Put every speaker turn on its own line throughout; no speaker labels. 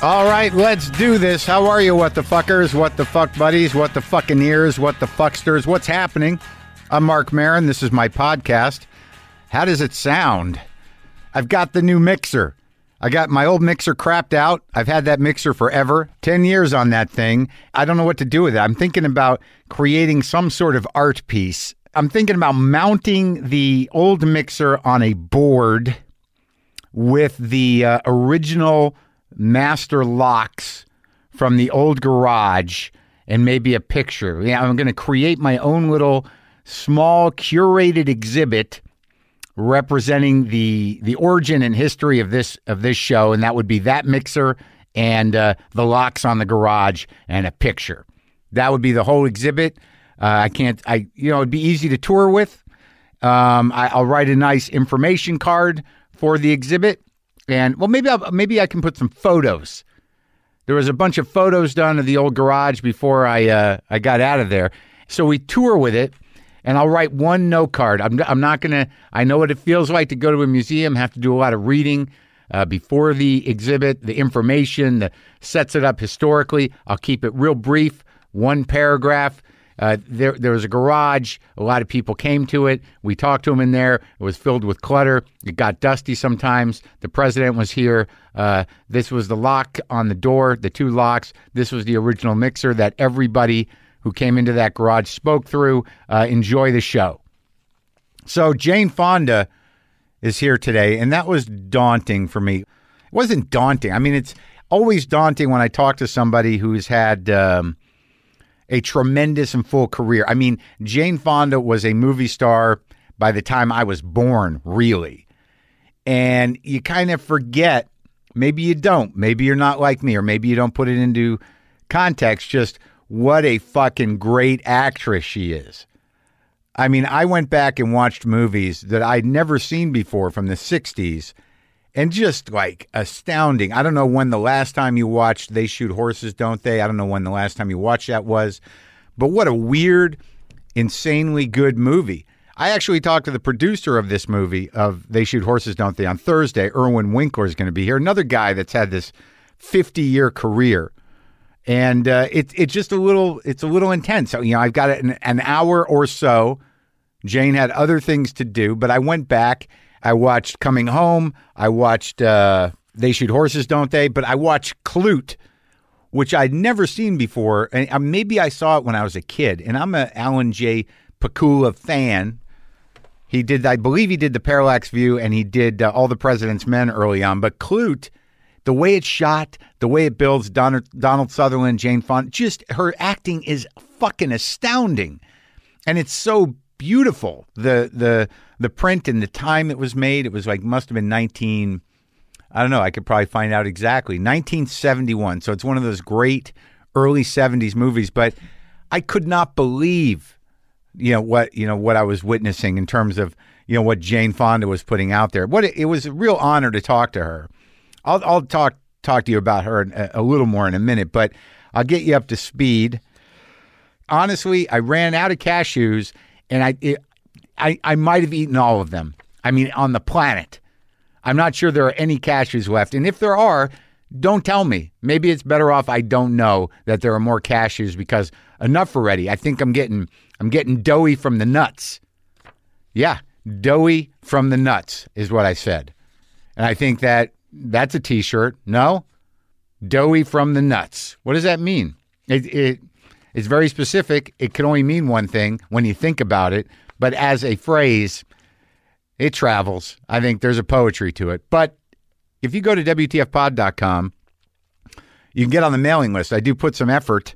All right, let's do this. How are you, what the fuckers, what the fuck buddies, what the fucking ears, what the fucksters, what's happening? I'm Mark Marin. This is my podcast. How does it sound? I've got the new mixer. I got my old mixer crapped out. I've had that mixer forever, 10 years on that thing. I don't know what to do with it. I'm thinking about creating some sort of art piece. I'm thinking about mounting the old mixer on a board with the uh, original master locks from the old garage and maybe a picture. Yeah, I'm going to create my own little small curated exhibit representing the the origin and history of this of this show, and that would be that mixer and uh, the locks on the garage and a picture. That would be the whole exhibit. Uh, I can't. I you know it'd be easy to tour with. Um, I, I'll write a nice information card for the exhibit, and well, maybe I'll, maybe I can put some photos. There was a bunch of photos done of the old garage before I uh, I got out of there. So we tour with it, and I'll write one note card. I'm I'm not gonna. I know what it feels like to go to a museum, have to do a lot of reading uh, before the exhibit, the information that sets it up historically. I'll keep it real brief, one paragraph. Uh, there, there was a garage. A lot of people came to it. We talked to them in there. It was filled with clutter. It got dusty sometimes. The president was here. Uh, this was the lock on the door, the two locks. This was the original mixer that everybody who came into that garage spoke through. Uh, enjoy the show. So Jane Fonda is here today, and that was daunting for me. It wasn't daunting. I mean, it's always daunting when I talk to somebody who's had. Um, a tremendous and full career. I mean, Jane Fonda was a movie star by the time I was born, really. And you kind of forget, maybe you don't, maybe you're not like me, or maybe you don't put it into context, just what a fucking great actress she is. I mean, I went back and watched movies that I'd never seen before from the 60s and just like astounding. I don't know when the last time you watched They Shoot Horses, Don't They? I don't know when the last time you watched that was, but what a weird, insanely good movie. I actually talked to the producer of this movie of They Shoot Horses, Don't They on Thursday. Erwin Winkler is going to be here, another guy that's had this 50 year career and uh, it's it's just a little it's a little intense. So, you know, I've got an, an hour or so. Jane had other things to do, but I went back. I watched Coming Home. I watched uh, They Shoot Horses, Don't They? But I watched Clute, which I'd never seen before, and uh, maybe I saw it when I was a kid. And I'm a Alan J. Pakula fan. He did, I believe, he did the Parallax View, and he did uh, All the President's Men early on. But Clute, the way it's shot, the way it builds, Donald, Donald Sutherland, Jane Fonda, just her acting is fucking astounding, and it's so beautiful. The the the print and the time it was made, it was like must have been nineteen. I don't know. I could probably find out exactly. 1971. So it's one of those great early 70s movies. But I could not believe you know what you know what I was witnessing in terms of you know what Jane Fonda was putting out there. What it was a real honor to talk to her. I'll I'll talk talk to you about her in a, a little more in a minute, but I'll get you up to speed. Honestly, I ran out of cashews, and I it, I I might have eaten all of them. I mean, on the planet. I'm not sure there are any cashews left. And if there are, don't tell me. Maybe it's better off I don't know that there are more cashews because enough already. I think I'm getting I'm getting doughy from the nuts. Yeah, doughy from the nuts is what I said. And I think that that's a t-shirt. No? Doughy from the nuts. What does that mean? It, it it's very specific. It can only mean one thing when you think about it, but as a phrase, it travels. I think there's a poetry to it. But if you go to WTFpod.com, you can get on the mailing list. I do put some effort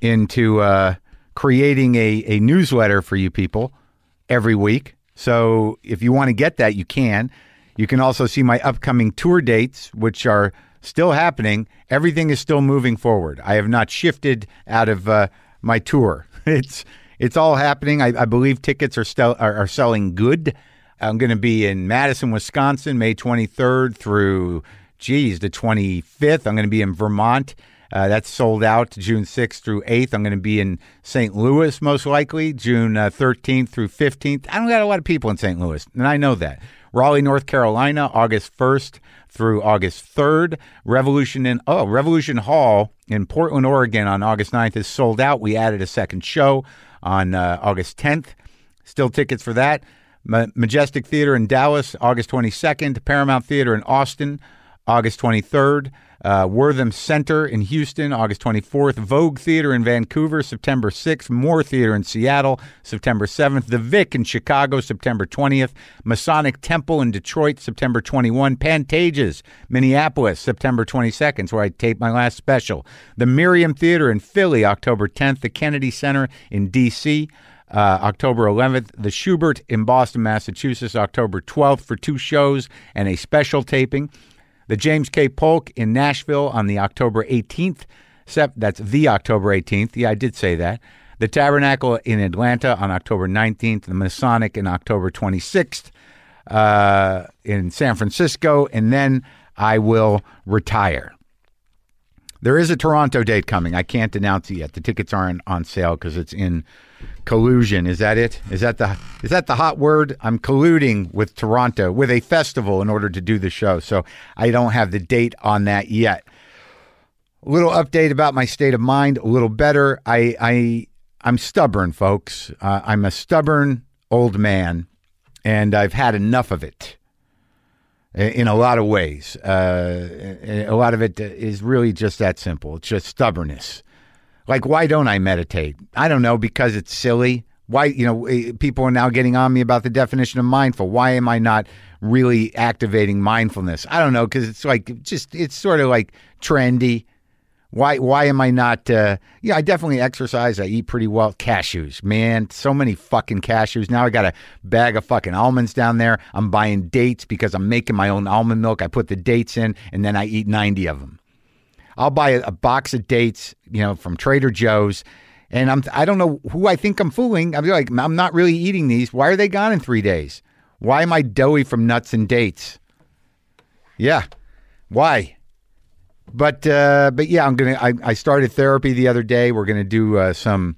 into uh, creating a, a newsletter for you people every week. So if you want to get that, you can. You can also see my upcoming tour dates, which are still happening. Everything is still moving forward. I have not shifted out of uh, my tour. It's it's all happening. I, I believe tickets are still are, are selling good. I'm going to be in Madison, Wisconsin, May 23rd through, geez, the 25th. I'm going to be in Vermont. Uh, that's sold out June 6th through 8th. I'm going to be in St. Louis, most likely, June uh, 13th through 15th. I don't got a lot of people in St. Louis, and I know that. Raleigh, North Carolina, August 1st through August 3rd. Revolution in oh, Revolution Hall in Portland, Oregon on August 9th is sold out. We added a second show on uh, August 10th. Still tickets for that. Ma- Majestic Theater in Dallas, August 22nd. Paramount Theater in Austin, August 23rd. Uh, Wortham Center in Houston, August 24th. Vogue Theater in Vancouver, September 6th. Moore Theater in Seattle, September 7th. The Vic in Chicago, September 20th. Masonic Temple in Detroit, September 21. Pantages, Minneapolis, September 22nd, is where I taped my last special. The Miriam Theater in Philly, October 10th. The Kennedy Center in D.C uh, October 11th, the Schubert in Boston, Massachusetts, October 12th for two shows and a special taping. The James K. Polk in Nashville on the October 18th. Sep- that's the October 18th. Yeah, I did say that. The Tabernacle in Atlanta on October 19th. The Masonic in October 26th uh, in San Francisco. And then I will retire. There is a Toronto date coming. I can't announce it yet. The tickets aren't on sale because it's in collusion. Is that it? Is that the is that the hot word? I'm colluding with Toronto with a festival in order to do the show. So I don't have the date on that yet. A little update about my state of mind. A little better. I I I'm stubborn, folks. Uh, I'm a stubborn old man, and I've had enough of it in a lot of ways. Uh, a lot of it is really just that simple. It's just stubbornness. Like, why don't I meditate? I don't know because it's silly. Why, you know, eh, people are now getting on me about the definition of mindful. Why am I not really activating mindfulness? I don't know because it's like just it's sort of like trendy. Why why am I not uh yeah, I definitely exercise, I eat pretty well. Cashews, man, so many fucking cashews. Now I got a bag of fucking almonds down there. I'm buying dates because I'm making my own almond milk. I put the dates in and then I eat 90 of them. I'll buy a, a box of dates, you know, from Trader Joe's, and I'm I don't know who I think I'm fooling. I'm like I'm not really eating these. Why are they gone in 3 days? Why am I doughy from nuts and dates? Yeah. Why? But uh, but yeah, I'm gonna. I, I started therapy the other day. We're gonna do uh, some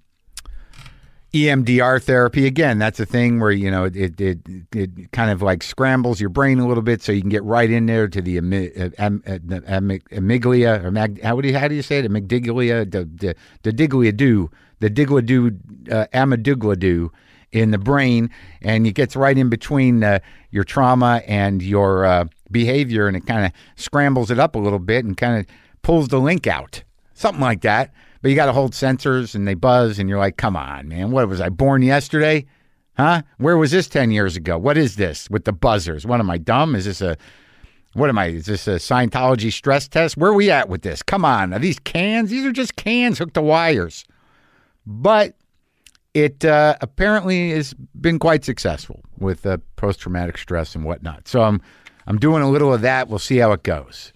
E EMDR therapy again. That's a thing where you know it it, it it kind of like scrambles your brain a little bit, so you can get right in there to the ami- uh, am, uh, the ami- amygdala or mag, how do you how do you say it? Amygdala, the the the diglia do the digla do uh, amygdala do in the brain, and it gets right in between uh, your trauma and your uh, behavior, and it kind of scrambles it up a little bit and kind of pulls the link out, something like that. But you got to hold sensors, and they buzz, and you're like, "Come on, man! What was I born yesterday? Huh? Where was this ten years ago? What is this with the buzzers? What am I dumb? Is this a what am I? Is this a Scientology stress test? Where are we at with this? Come on, are these cans? These are just cans hooked to wires. But it uh, apparently has been quite successful with uh, post traumatic stress and whatnot. So I'm I'm doing a little of that. We'll see how it goes.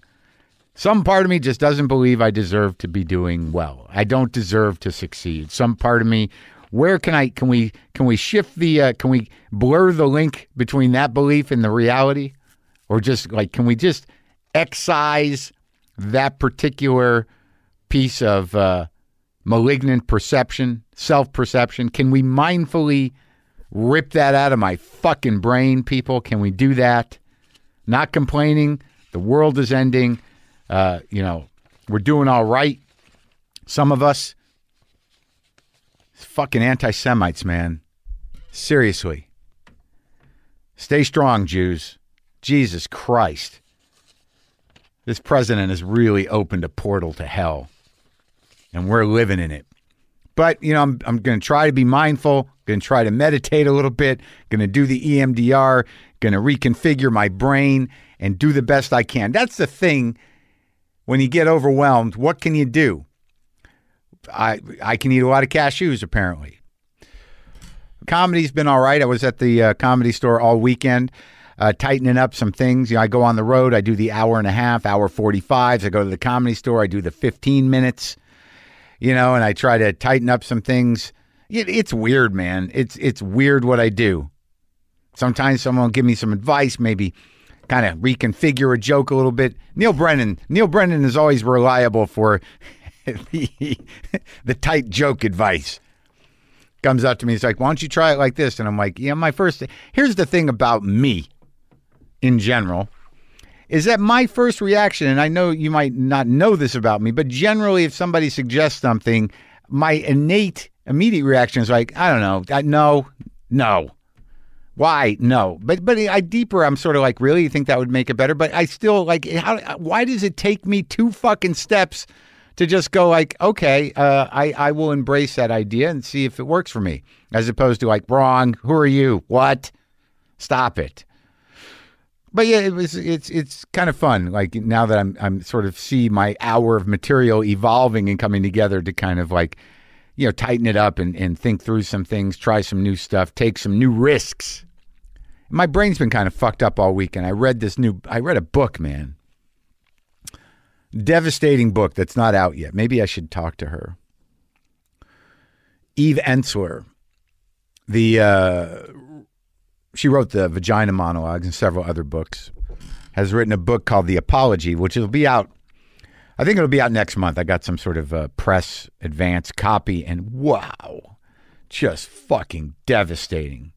Some part of me just doesn't believe I deserve to be doing well. I don't deserve to succeed. Some part of me, where can I can we can we shift the uh, can we blur the link between that belief and the reality, or just like can we just excise that particular piece of uh, malignant perception, self perception? Can we mindfully rip that out of my fucking brain, people? Can we do that? Not complaining. The world is ending. Uh, you know, we're doing all right. Some of us, It's fucking anti Semites, man. Seriously. Stay strong, Jews. Jesus Christ. This president has really opened a portal to hell and we're living in it. But you know, I'm I'm going to try to be mindful. Going to try to meditate a little bit. Going to do the E EMDR. Going to reconfigure my brain and do the best I can. That's the thing. When you get overwhelmed, what can you do? I I can eat a lot of cashews apparently comedy's been all right. I was at the uh, comedy store all weekend, uh, tightening up some things. You know, I go on the road, I do the hour and a half, hour 45s. I go to the comedy store, I do the 15 minutes, you know, and I try to tighten up some things. It, it's weird, man. It's, it's weird what I do. Sometimes someone will give me some advice, maybe kind of reconfigure a joke a little bit. Neil Brennan, Neil Brennan is always reliable for the, the tight joke advice comes up to me. He's like, "Why don't you try it like this?" And I'm like, "Yeah, my first. Here's the thing about me. in general is that my first reaction, and I know you might not know this about me, but generally, if somebody suggests something, my innate immediate reaction is like, I don't know, I, no, no. Why? No. But but I deeper, I'm sort of like, really, you think that would make it better? But I still like, how? Why does it take me two fucking steps to just go like, okay, uh, I I will embrace that idea and see if it works for me, as opposed to like, wrong. Who are you? What? Stop it but yeah, it was it's it's kind of fun. Like now that I'm I'm sort of see my hour of material evolving and coming together to kind of like, you know, tighten it up and, and think through some things, try some new stuff, take some new risks. My brain's been kind of fucked up all weekend. I read this new I read a book, man. Devastating book that's not out yet. Maybe I should talk to her. Eve Ensler, the uh, she wrote the Vagina Monologues and several other books. Has written a book called The Apology, which will be out. I think it'll be out next month. I got some sort of uh, press advance copy, and wow, just fucking devastating,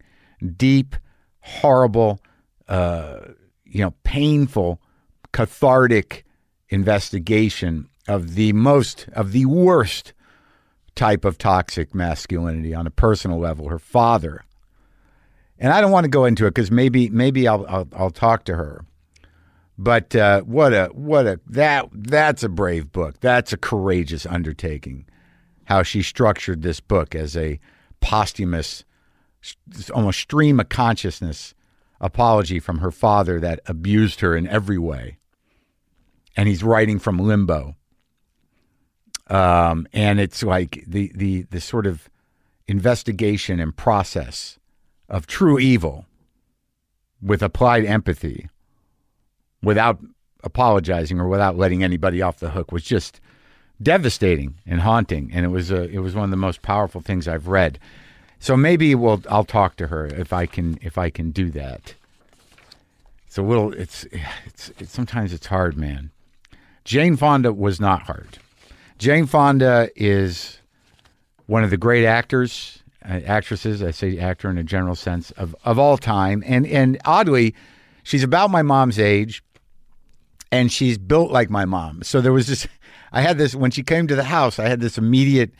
deep, horrible, uh, you know, painful, cathartic investigation of the most of the worst type of toxic masculinity on a personal level. Her father and I don't want to go into it because maybe maybe I'll, I'll, I'll talk to her. But uh, what a what a that that's a brave book. That's a courageous undertaking. How she structured this book as a posthumous, almost stream of consciousness apology from her father that abused her in every way, and he's writing from limbo. Um, and it's like the the the sort of investigation and process of true evil with applied empathy without apologizing or without letting anybody off the hook was just devastating and haunting and it was a, it was one of the most powerful things I've read so maybe we'll I'll talk to her if I can if I can do that it's a little it's it's, it's sometimes it's hard man Jane Fonda was not hard Jane Fonda is one of the great actors uh, actresses. I say actor in a general sense of of all time, and and oddly, she's about my mom's age, and she's built like my mom. So there was this. I had this when she came to the house. I had this immediate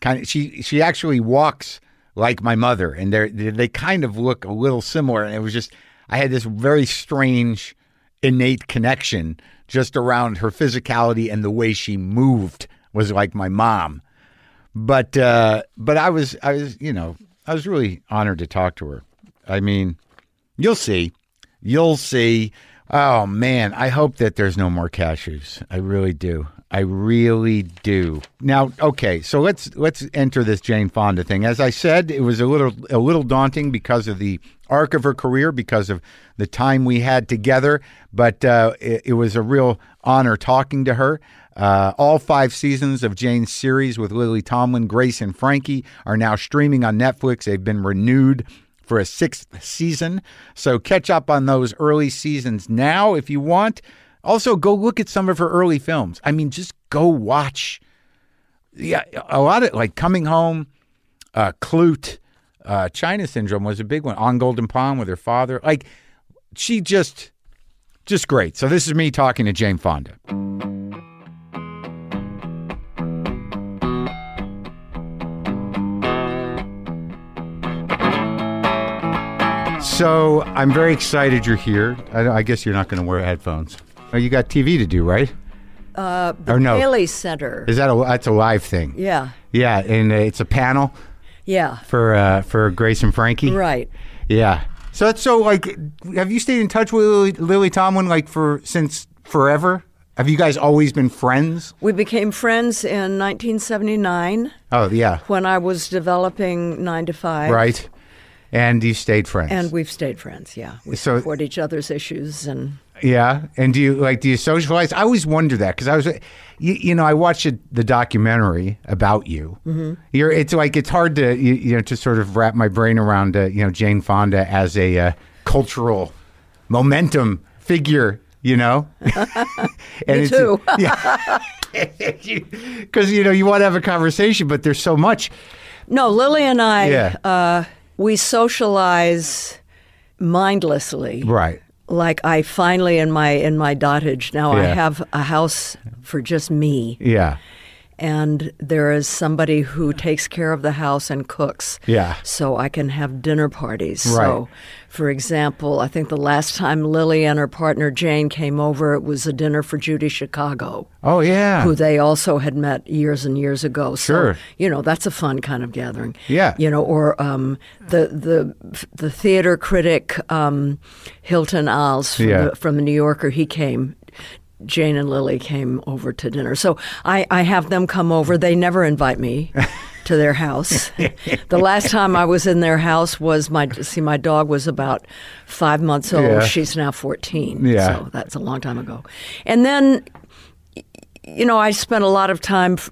kind of. She she actually walks like my mother, and they they kind of look a little similar. And it was just I had this very strange innate connection just around her physicality and the way she moved was like my mom but uh, but I was I was you know I was really honored to talk to her. I mean, you'll see, you'll see. Oh man, I hope that there's no more cashews. I really do. I really do. Now, okay, so let's let's enter this Jane Fonda thing. As I said, it was a little a little daunting because of the arc of her career, because of the time we had together. But uh, it, it was a real honor talking to her. Uh, all five seasons of Jane's series with Lily Tomlin, Grace, and Frankie are now streaming on Netflix. They've been renewed for a sixth season. So catch up on those early seasons now if you want. Also, go look at some of her early films. I mean, just go watch. Yeah, a lot of like Coming Home, uh, Clute, uh, China Syndrome was a big one. On Golden Pond with her father. Like, she just, just great. So this is me talking to Jane Fonda. So I'm very excited you're here. I, I guess you're not going to wear headphones. Oh, you got TV to do, right?
Uh, the
Or no.
Paley Center.
Is that a that's a live thing?
yeah,
Yeah, and uh, it's a panel
yeah,
for uh, for Grace and Frankie.
right.
Yeah. So that's so like, have you stayed in touch with Lily, Lily Tomlin like for since forever? Have you guys always been friends?
We became friends in 1979
Oh yeah,
when I was developing Nine to Five.
right. And you stayed friends.
And we've stayed friends, yeah. We
So-
support each other's issues and
Yeah, and do you like do you socialize? I always wonder that because I was, you, you know, I watched it- the documentary about you. Mm-hmm. You're it's like it's hard to you, you know to sort of wrap my brain around uh, you know Jane Fonda as a uh, cultural momentum figure. You know, and it's,
too.
because you know you want to have a conversation, but there's so much.
No, Lily and I,
Yeah.
uh, we socialize mindlessly.
Right.
like I finally in my in my dotage now I
Yeah.
have a house for just me,
Yeah.
and there is somebody who takes care of the house and cooks.
Yeah.
So I can have dinner parties.
Right.
So, for example, I think the last time Lily and her partner Jane came over, it was a dinner for Judy Chicago,
Oh, yeah.
who they also had met years and years ago. So,
Sure.
you know, that's a fun kind of gathering.
Yeah.
You know, or um, the the the theater critic um, Hilton Oz from,
Yeah.
the, from the New Yorker, he came. Jane and Lily came over to dinner. So I, I have them come over. They never invite me to their house. the last time I was in their house was my see my dog was about 5 months old.
Yeah.
She's now 14.
Yeah.
So that's a long time ago. And then you know, I spent a lot of time, f-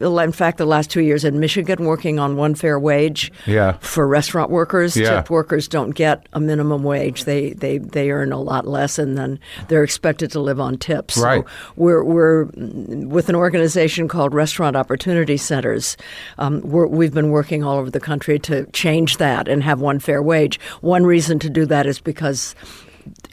in fact, the last two years in Michigan working on one fair wage
Yeah.
for restaurant workers.
Yeah.
Tip workers don't get a minimum wage, they, they, they earn a lot less, and then they're expected to live on tips.
Right.
So we're, we're mm, with an organization called Restaurant Opportunity Centers. Um, we're, we've been working all over the country to change that and have one fair wage. One reason to do that is because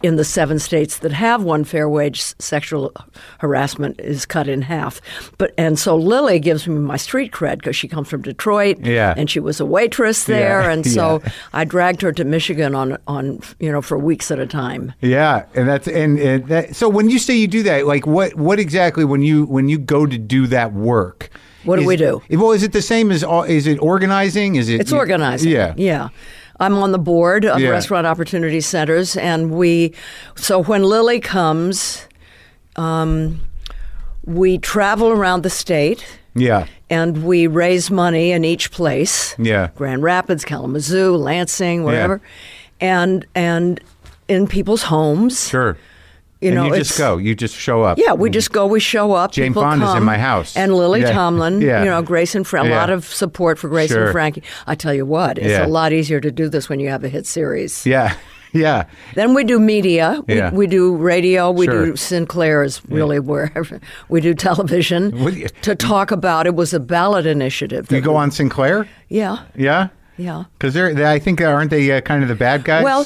in the seven states that have one fair wage, s- sexual harassment is cut in half. But and so Lily gives me my street cred because she comes from Detroit,
Yeah.
and she was a waitress there,
Yeah,
and so
yeah.
I dragged her to Michigan on on you know for weeks at a time.
Yeah, and that's and, and that, so when you say you do that, like what what exactly when you when you go to do that work?
What do
is-
we do?
Well, is it the same as all? Is it organizing? Is it?
It's organizing.
Yeah.
Yeah. I'm on the board of
Yeah.
Restaurant Opportunity Centers, and we, so when Lily comes, um, we travel around the state
Yeah.
and we raise money in each place.
Yeah.
Grand Rapids, Kalamazoo, Lansing, wherever. And, and, in people's homes,
Sure.
you
and
know,
you just
it's-
go. You just show up.
yeah, we just go, we show up.
Jane
people
Fonda's in
come,
my house.
And Lily
Yeah.
Tomlin,
Yeah.
you know, Grace and Frank, a
Yeah.
lot of support for Grace
Sure.
and Frankie. I tell you what, it's
Yeah.
a lot easier to do this when you have a hit series.
Yeah. Yeah.
Then we do media, we,
Yeah.
we do radio, we
Sure.
do Sinclair is really where we do television
What do you-
to talk about. It was a ballot initiative.
You
that
go
we-
on Sinclair.
Yeah,
Yeah.
yeah.
Because they're, they, I think, aren't they uh, kind of the bad guys?
Well,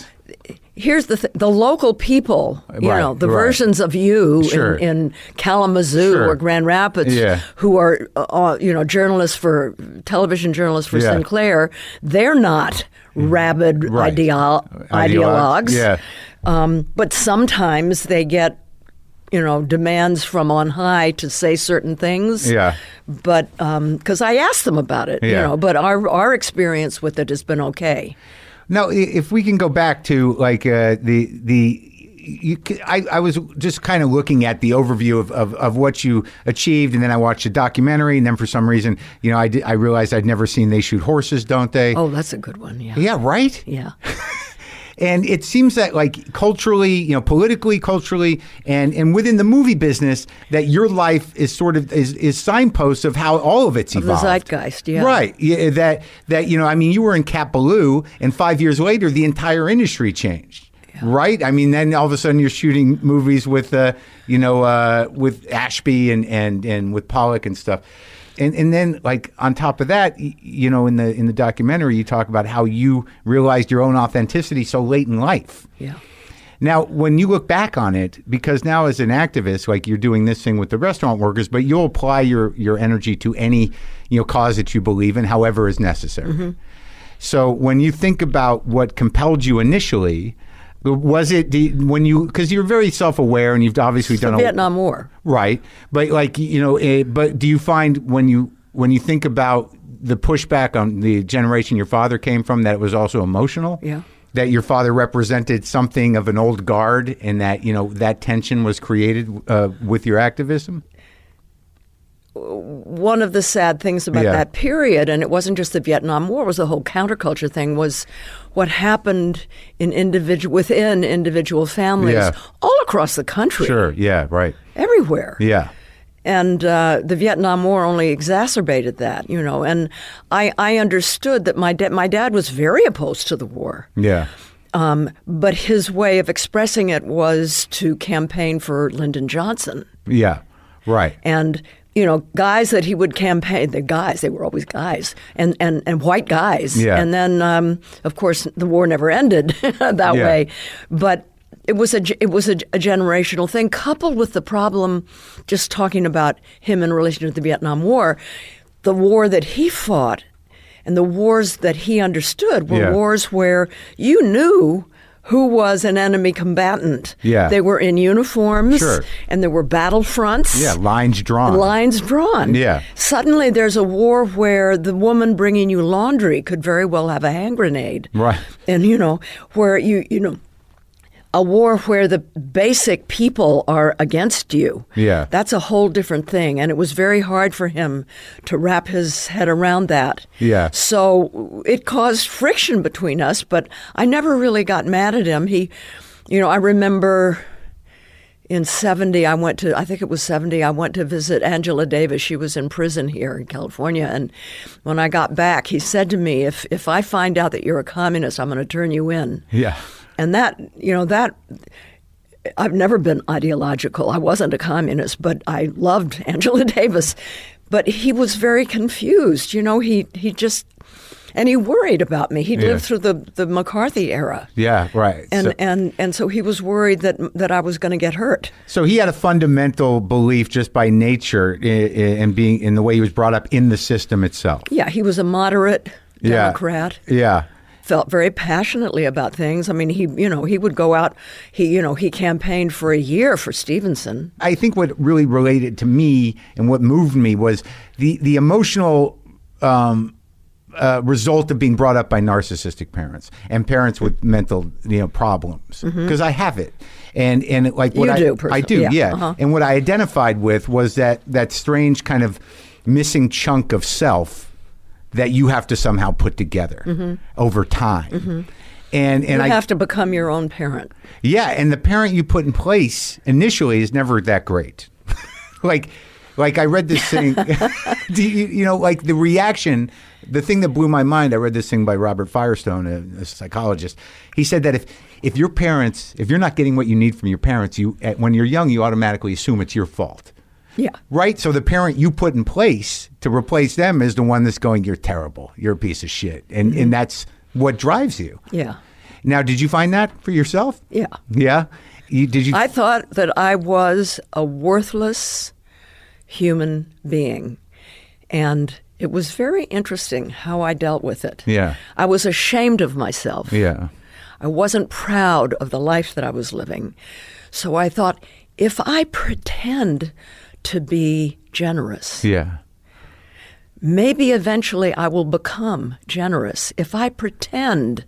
here's the th- the local people, you
Right,
know, the
right.
versions of you
Sure.
in, in Kalamazoo
Sure.
or Grand Rapids
Yeah.
who are, uh, uh, you know, journalists for television journalists for
Yeah. Mm.
Sinclair. They're not rabid
Right.
ideol-
Ideologues,
ideologues,
yeah.
um, but sometimes they get. You know, demands from on high to say certain things.
Yeah.
But because I asked them about it, you
Yeah.
know, but our our experience with it has been okay.
Now, i- if we can go back to like uh, the the. You, c- I, I was just kind of looking at the overview of, of, of what you achieved, and then I watched a documentary, and then for some reason, you know, I, did, I realized I'd never seen They Shoot Horses, Don't They?
Oh, that's a good one. Yeah.
Yeah, right?
Yeah.
And it seems that, like, culturally, you know, politically, culturally, and, and within the movie business, that your life is sort of is, is signposts of how all of it's
the
evolved.
zeitgeist, yeah.
Right. Yeah, that, that, you know, I mean, you were in Kapaloo, and five years later, the entire industry changed. Right, I mean, then all of a sudden you're shooting movies with, uh, you know, uh, with Ashby and, and and with Pollock and stuff, and and then like on top of that, y- you know, in the in the documentary you talk about how you realized your own authenticity so late in life.
Yeah.
Now, when you look back on it, because now as an activist, like you're doing this thing with the restaurant workers, but you'll apply your your energy to any you know cause that you believe in, however is necessary. So when you think about what compelled you initially, was it the, when you because you're very self aware and you've obviously done a
Vietnam War.
Right, but like you know, eh, but do you find when you when you think about the pushback on the generation your father came from that it was also emotional?
Yeah.
that your father represented something of an old guard, and that you know that tension was created uh, with your activism.
One of the sad things about
Yeah.
that period, and it wasn't just the Vietnam War, was the whole counterculture thing, was what happened in individual within individual families
Yeah.
all across the country,
Yeah. Right.
everywhere.
Yeah.
And uh, the Vietnam War only exacerbated that, you know. And I, I understood that my dad, my dad was very opposed to the war.
Yeah.
Um, but his way of expressing it was to campaign for Lyndon Johnson.
Yeah. Right.
and you know guys that he would campaign the guys they were always guys and and, and white guys
Yeah.
and then um, of course the war never ended that
Yeah.
way but it was a ge- it was a, a generational thing coupled with the problem just talking about him in relation to the Vietnam War the war that he fought and the wars that he understood were
Yeah.
wars where you knew who was an enemy combatant
Yeah.
they were in uniforms
Sure.
and there were battle fronts
Yeah, lines drawn.
lines drawn
Yeah.
suddenly there's a war where the woman bringing you laundry could very well have a hand grenade
Right.
and you know where you you know a war where the basic people are against you.
Yeah.
That's a whole different thing. And it was very hard for him to wrap his head around that.
Yeah.
So it caused friction between us, but I never really got mad at him. He, you know, I remember in 70, I went to, I think it was 70, I went to visit Angela Davis. She was in prison here in California. And when I got back, he said to me, if, if I find out that you're a communist, I'm going to turn you in.
Yeah.
And that, you know, that I've never been ideological. I wasn't a communist, but I loved Angela Davis. But he was very confused. You know, he, he just, and he worried about me. He would
Yeah.
lived through the, the McCarthy era.
Yeah. Right.
And,
so,
and, and so he was worried that, that I was going to get hurt.
so he had a fundamental belief just by nature i- i- and being in the way he was brought up in the system itself.
Yeah, he was a moderate
Yeah.
Democrat.
Yeah.
Felt very passionately about things. I mean, he, you know, he would go out. He, you know, he campaigned for a year for Stevenson.
I think what really related to me and what moved me was the the emotional um, uh, result of being brought up by narcissistic parents and parents with mental you know problems because I have it and and like what
Mm-hmm. You
I
do,
I
person-
do
yeah,
yeah
uh-huh.
and what I identified with was that that strange kind of missing chunk of self that you have to somehow put together over time. And, and
Mm-hmm. You
I
have to become your own parent.
yeah, and the parent you put in place initially is never that great. like, like I read this thing, do you, you know, like the reaction, the thing that blew my mind. I read this thing by Robert Firestone, a, a psychologist. He said that if if your parents, if you're not getting what you need from your parents, you at, when you're young, you automatically assume it's your fault.
Yeah.
Right? So the parent you put in place to replace them is the one that's going, You're terrible. You're a piece of shit. And and that's what drives you.
Yeah.
Now, did you find that for yourself?
Yeah.
Yeah. You, did you?
I thought that I was a worthless human being. And it was very interesting how I dealt with it.
Yeah.
I was ashamed of myself.
yeah.
I wasn't proud of the life that I was living. So I thought, if I pretend to be generous,
Yeah.
maybe eventually I will become generous. If I pretend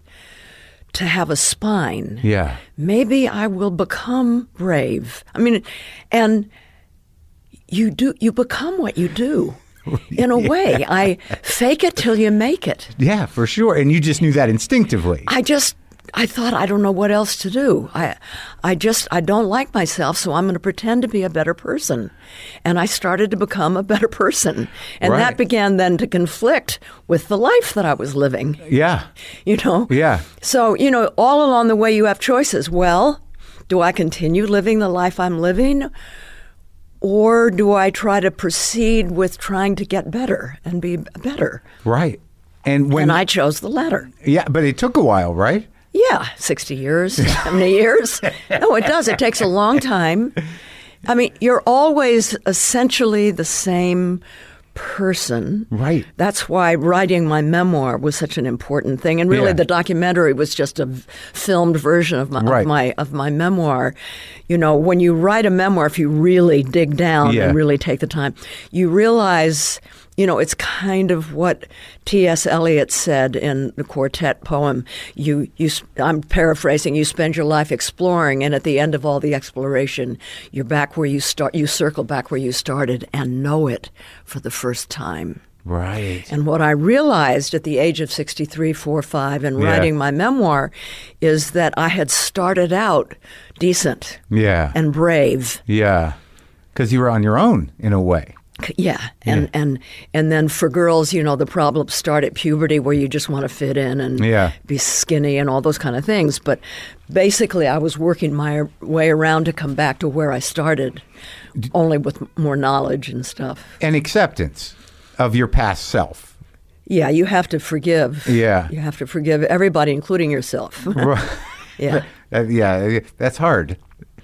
to have a spine,
Yeah.
maybe I will become brave. I mean, and you do you become what you do. In a way, I fake it till you make it.
Yeah, for sure. And you just knew that instinctively.
I just I thought I don't know what else to do. I I just I don't like myself, so I'm going to pretend to be a better person. And I started to become a better person. And
Right.
that began then to conflict with the life that I was living,
yeah.
you know.
Yeah.
So, you know, all along the way you have choices. Well, do I continue living the life I'm living? Or do I try to proceed with trying to get better and be better?
Right. And when
And I chose the latter.
yeah, but it took a while, right?
Yeah, 60 years, 70 years. No, it does. It takes a long time. I mean, you're always essentially the same person.
Right.
That's why writing my memoir was such an important thing. And really,
Yeah.
the documentary was just a v- filmed version of my,
Right.
of, my, of my memoir. You know, when you write a memoir, if you really dig down
Yeah.
and really take the time, you realize. You know, it's kind of what T.S. Eliot said in the quartet poem. You, you, s- I'm paraphrasing. You spend your life exploring, and at the end of all the exploration, you're back where you start. You circle back where you started and know it for the first time.
Right.
And what I realized at the age of 63, 4, 5, and writing my memoir is that I had started out decent
Yeah.
and brave.
yeah. Because you were on your own in a way.
C- Yeah. And, and and then for girls, you know, the problems start at puberty where you just want to fit in and
Yeah.
be skinny and all those kind of things. But basically, I was working my way around to come back to where I started, only with m- more knowledge and stuff.
And acceptance of your past self.
Yeah, you have to forgive.
Yeah.
You have to forgive everybody, including yourself.
Right.
Yeah.
Uh, yeah, that's hard,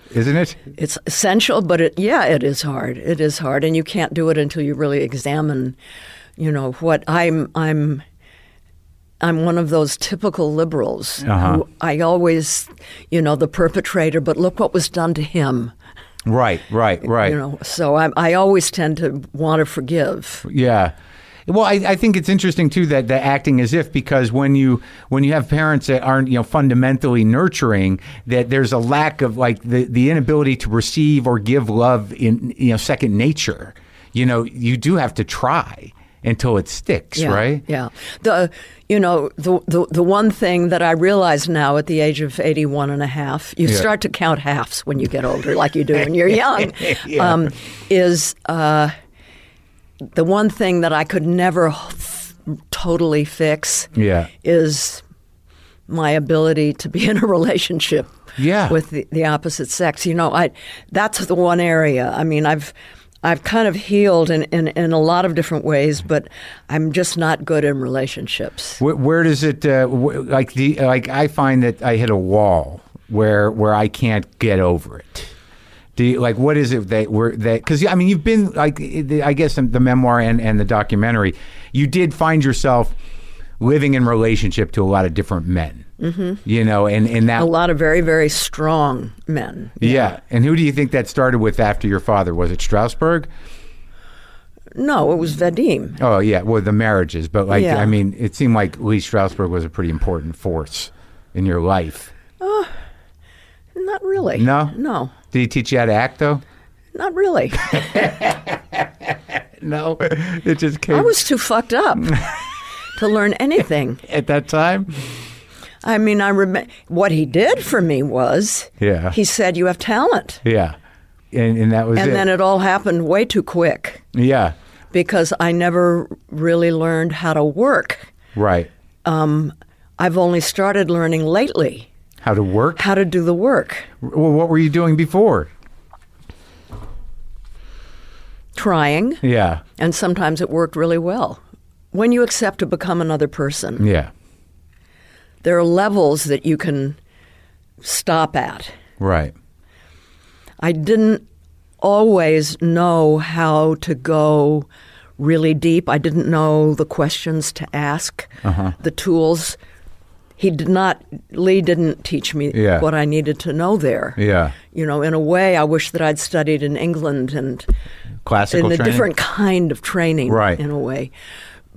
isn't it?
It's essential, but it, yeah, it is hard. It is hard, and you can't do it until you really examine, you know, what I'm. I'm. I'm one of those typical liberals
Uh-huh.
who I always, you know, the perpetrator. But look what was done to him.
Right, right, right.
You know, so I, I always tend to want to forgive.
Yeah. Well, I, I think it's interesting too that, that acting as if because when you when you have parents that aren't you know fundamentally nurturing, that there's a lack of like the, the inability to receive or give love in you know second nature. You know, you do have to try until it sticks,
Yeah,
right?
Yeah. The you know the, the the one thing that I realize now at the age of 81 and a half, you
Yeah.
start to count halves when you get older, like you do when you're young,
Yeah.
um, is uh, the one thing that I could never f- totally fix
Yeah.
is my ability to be in a relationship
Yeah.
with the, the opposite sex. You know, I that's the one area. I mean, I've I've kind of healed in, in, in a lot of different ways, but I'm just not good in relationships.
Where, where does it uh, wh- like the like I find that I hit a wall where where I can't get over it. Do you, like what is it that were that because I mean you've been like I guess in the memoir and and the documentary you did find yourself living in relationship to a lot of different men. Mm-hmm. You know, and and that
A lot of very, very strong men.
yeah. And who do you think that started with after your father? Was it Strasbourg?
No, it was Vadim.
Oh yeah, well the marriages, but like
Yeah.
I mean, it seemed like Lee Strasberg was a pretty important force in your life.
Not really.
No?
No,
Did he teach you how to act though?
not really.
No, it just came
I was too fucked up to learn anything.
at that time.
I mean, I remember what he did for me was
Yeah.
he said, You have talent.
Yeah, and and that was
And
it.
then it all happened way too quick.
yeah,
because I never really learned how to work.
right.
Um, I've only started learning lately
How to work?
how to do the work,
Well, what were you doing before?
trying,
Yeah,
and sometimes it worked really well. When you accept to become another person,
yeah,
there are levels that you can stop at.
right.
I didn't always know how to go really deep. I didn't know the questions to ask,
Uh-huh.
the tools. He did not, Lee didn't teach me
Yeah.
what I needed to know there.
Yeah,
You know, in a way, I wish that I'd studied in England and
classical
in a
training.
different kind of training,
Right.
in a way.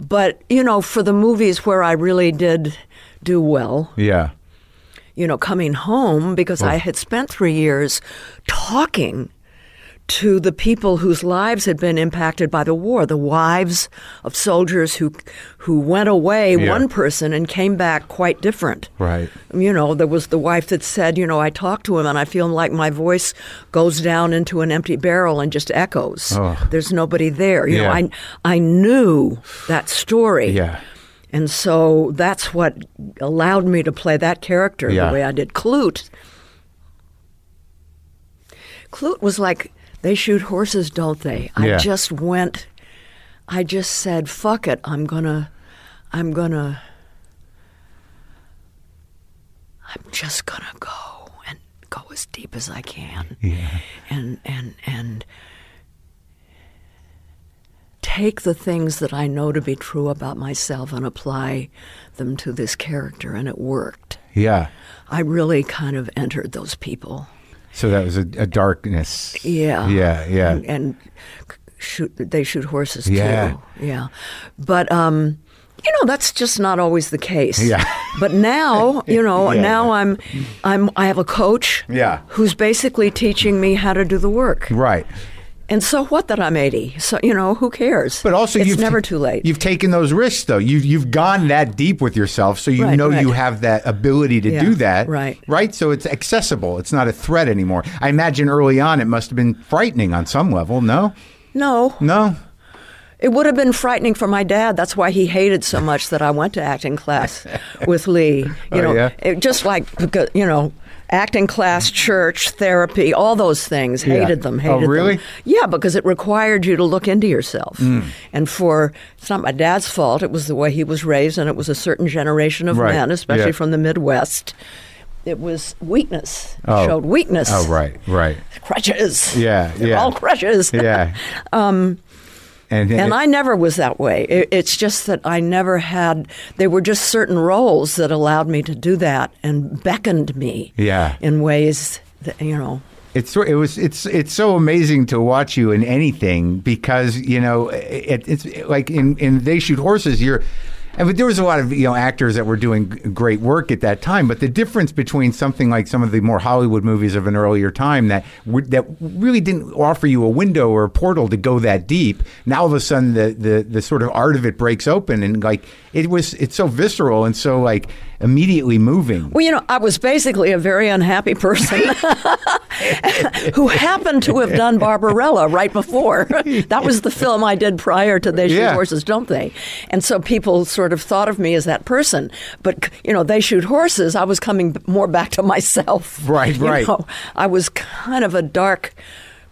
But, you know, for the movies where I really did do well,
Yeah,
you know, coming home because
Oh.
I had spent three years talking to the people whose lives had been impacted by the war, the wives of soldiers who who went away
Yeah.
one person and came back quite different.
right.
You know, there was the wife that said, you know, I talked to him and I feel like my voice goes down into an empty barrel and just echoes.
Oh.
There's nobody there. You know,
Yeah.
I I knew that story.
Yeah,
And so that's what allowed me to play that character
Yeah.
the way I did. Clute. Clute was like, they shoot horses, don't they? I
Yeah.
just went, I just said, fuck it. I'm gonna, I'm gonna, I'm just gonna go and go as deep as I can.
yeah,
And, and, and, take the things that I know to be true about myself and apply them to this character, and it worked.
yeah.
I really kind of entered those people.
So that was a, a darkness.
Yeah.
yeah, yeah.
And, and shoot, they shoot horses
Yeah.
too. Yeah. But, um, you know, that's just not always the case.
Yeah.
But now, you know,
Yeah.
now I'm, I'm, I have a coach.
Yeah.
Who's basically teaching me how to do the work.
Right.
And so what that I'm 80. So, you know, who cares?
But also,
it's
you've
never too late.
You've taken those risks, though. You you've gone that deep with yourself, so you
Right,
know
right.
you have that ability to
Yeah,
do that.
right.
Right. So it's accessible. It's not a threat anymore. I imagine early on it must have been frightening on some level. No.
no.
No.
It would have been frightening for my dad. That's why he hated so much that I went to acting class with Lee. You
Oh,
know,
yeah?
it, just like because, you know, acting class, church, therapy, all those things.
Yeah.
Hated them.
Oh,
Hated them.
really? Hmm.
Yeah, because it required you to look into yourself. And for it's not my dad's fault. It was the way he was raised, and it was a certain generation of
Right.
men, especially
Yeah.
from the Midwest. it was weakness. It
Oh.
showed weakness.
Oh, right, right.
Crutches.
Yeah,
They're
yeah.
all crutches.
Yeah. and
Um, And I never was that way. It, it's just that I never had. There were just certain roles that allowed me to do that and beckoned me.
Yeah.
In ways that you know.
It's it was it's it's so amazing to watch you in anything because you know it, it's like in in they shoot horses you're. And but there was a lot of you know actors that were doing g- great work at that time. But the difference between something like some of the more Hollywood movies of an earlier time that were, that really didn't offer you a window or a portal to go that deep. Now all of a sudden the, the the sort of art of it breaks open and like it was it's so visceral and so like immediately moving.
Well, you know, I was basically a very unhappy person who happened to have done Barbarella right before. that was the film I did prior to They Shoot
Yeah.
Horses, Don't They? And so people sort of thought of me as that person. But, you know, They Shoot Horses, I was coming b- more back to myself.
Right,
You
right.
know, I was kind of a dark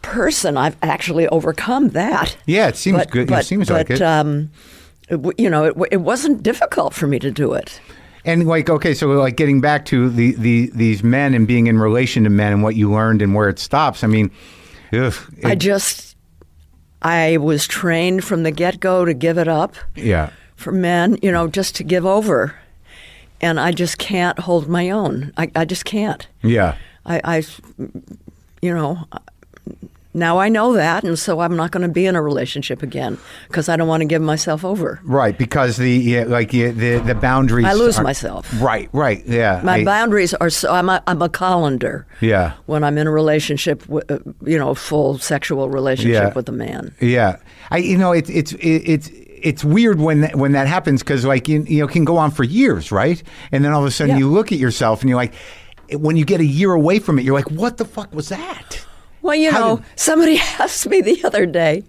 person. I've actually overcome that.
Yeah, it seems good. It seems like
but,
it.
Um, it w- you know, it, w- it wasn't difficult for me to do it.
And like, okay, so like getting back to the, the these men and being in relation to men and what you learned and where it stops. I mean, ugh, it-
I just, I was trained from the get go to give it up
yeah,
for men, you know, just to give over. And I just can't hold my own. I, I just can't.
yeah,
I, I, you know, now I know that. And so I'm not going to be in a relationship again because I don't want to give myself over.
right. Because the yeah, like yeah, the the boundaries.
I lose
are-
myself.
Right, right, yeah.
My
I-
boundaries are so I'm a, I'm a colander.
Yeah.
When I'm in a relationship, wi- uh, you know, full sexual relationship
Yeah.
with a man.
Yeah, I you know it's it's it's it's weird when that, when that happens because like you, you know it can go on for years, right? And then all of a sudden
Yeah.
you look at yourself and you're like, when you get a year away from it, you're like, what the fuck was that?
Well, you
How
know,
did-
somebody asked me the other day,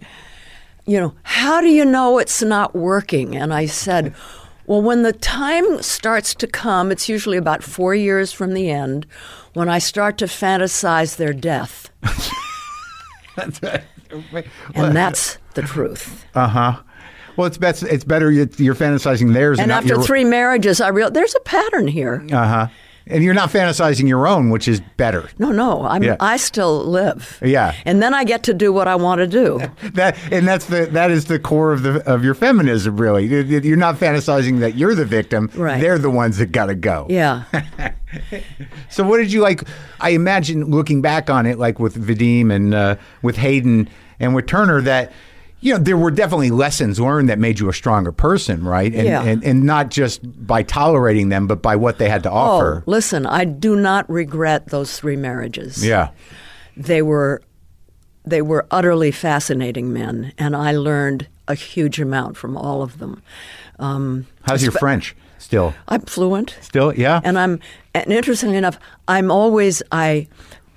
you know, how do you know it's not working? And I said, well, when the time starts to come, it's usually about four years from the end, when I start to fantasize their death. And that's the truth.
Uh huh. Well, it's best. It's better you're, you're fantasizing theirs,
and
not
after
your-
three marriages, I realized there's a pattern here.
Uh huh. And you're not fantasizing your own, which is better.
No, no, I'm,
Yeah.
I still live.
Yeah.
And then I get to do what I want to do.
That and that's the that is the core of the of your feminism. Really, You- you- you're not fantasizing that you're the victim.
Right.
They're the ones that gotta go.
Yeah.
So, what did you like? I imagine looking back on it, like with Vadim and uh, with Hayden and with Turner, that you know there were definitely lessons learned that made you a stronger person, right? And
Yeah.
and, and not just by tolerating them, but by what they had to
Oh,
offer.
listen, I do not regret those three marriages.
Yeah.
they were they were utterly fascinating men, and I learned a huge amount from all of them. Um,
How's your French still?
I'm fluent,
Still, yeah.
and I'm and interestingly enough, I'm always I.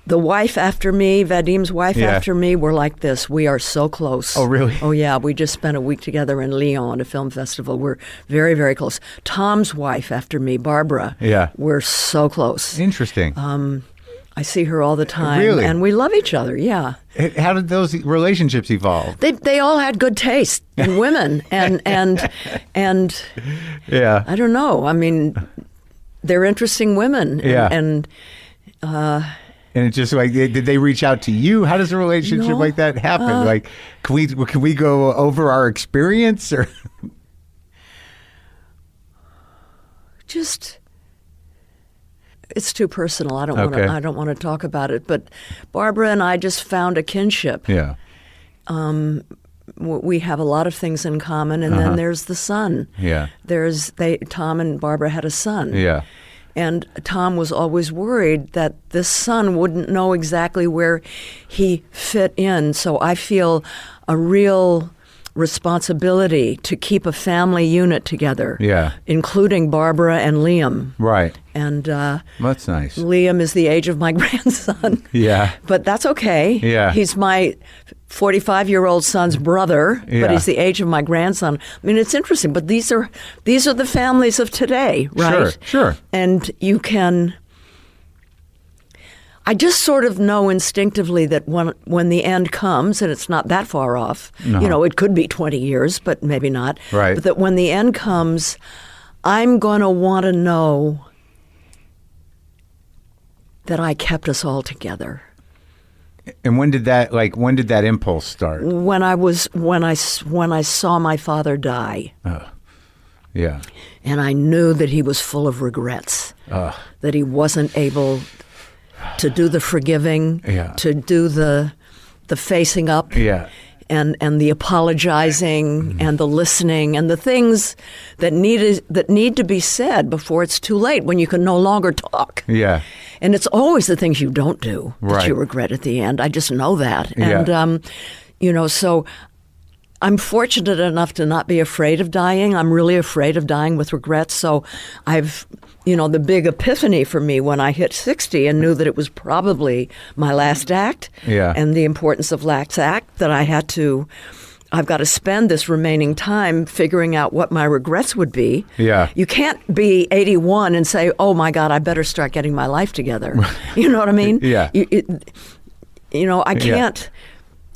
The wife after me, Vadim's wife
Yeah.
after me, were like this. We are so close.
Oh, really?
Oh, yeah. We just spent a week together in Lyon at a film festival. We're very, very close. Tom's wife after me, Barbara.
Yeah.
We're so close.
Interesting.
I see her all the time.
Really?
And we love each other. Yeah.
H- How did those relationships evolve?
they they all had good taste in women and and and
Yeah.
I don't know. I mean, they're interesting women. and-
Yeah.
and
And it's just like, they- did they reach out to you? How does a relationship
No.
like that happen? like, can we can we go over our experience or?
just it's too personal. I don't
Okay.
want to. I don't want to talk about it. But Barbara and I just found a kinship.
Yeah.
w- we have a lot of things in common and then there's the son
Uh-huh. Yeah.
there's they tom and barbara had a son
Yeah.
and tom was always worried that this son wouldn't know exactly where he fit in so i feel a real responsibility to keep a family unit together
Yeah.
including barbara and liam
Right.
and uh,
That's nice.
liam is the age of my grandson
Yeah.
but that's okay.
Yeah.
He's my 45 year old son's brother,
Yeah.
but he's the age of my grandson. I mean, it's interesting, but these are these are the families of today,
Sure,
right?
sure.
And you can. I just sort of know instinctively that when when the end comes, and it's not that far off. You know, it could be 20 years, but maybe not.
Right.
But that when the end comes, I'm going to want to know that I kept us all together.
And when did that like when did that impulse start?
When I was when I s- when I saw my father die,
Yeah.
and I knew that he was full of regrets, that he wasn't able to do the forgiving,
Yeah.
to do the the facing up,
Yeah. Mm-hmm.
and and the apologizing and the listening and the things that need that need to be said before it's too late when you can no longer talk.
Yeah.
And it's always the things you don't do that
Right.
you regret at the end. I just know that.
Yeah.
And, um, you know, so I'm fortunate enough to not be afraid of dying. I'm really afraid of dying with regrets. So I've, you know, the big epiphany for me when I hit 60 and knew that it was probably my last act
Yeah.
and the importance of last act that I had to. I've got to spend this remaining time figuring out what my regrets would be.
Yeah.
You can't be 81 and say, "Oh my God, I better start getting my life together." you know what I mean?
Yeah.
You, it- you know, I can't.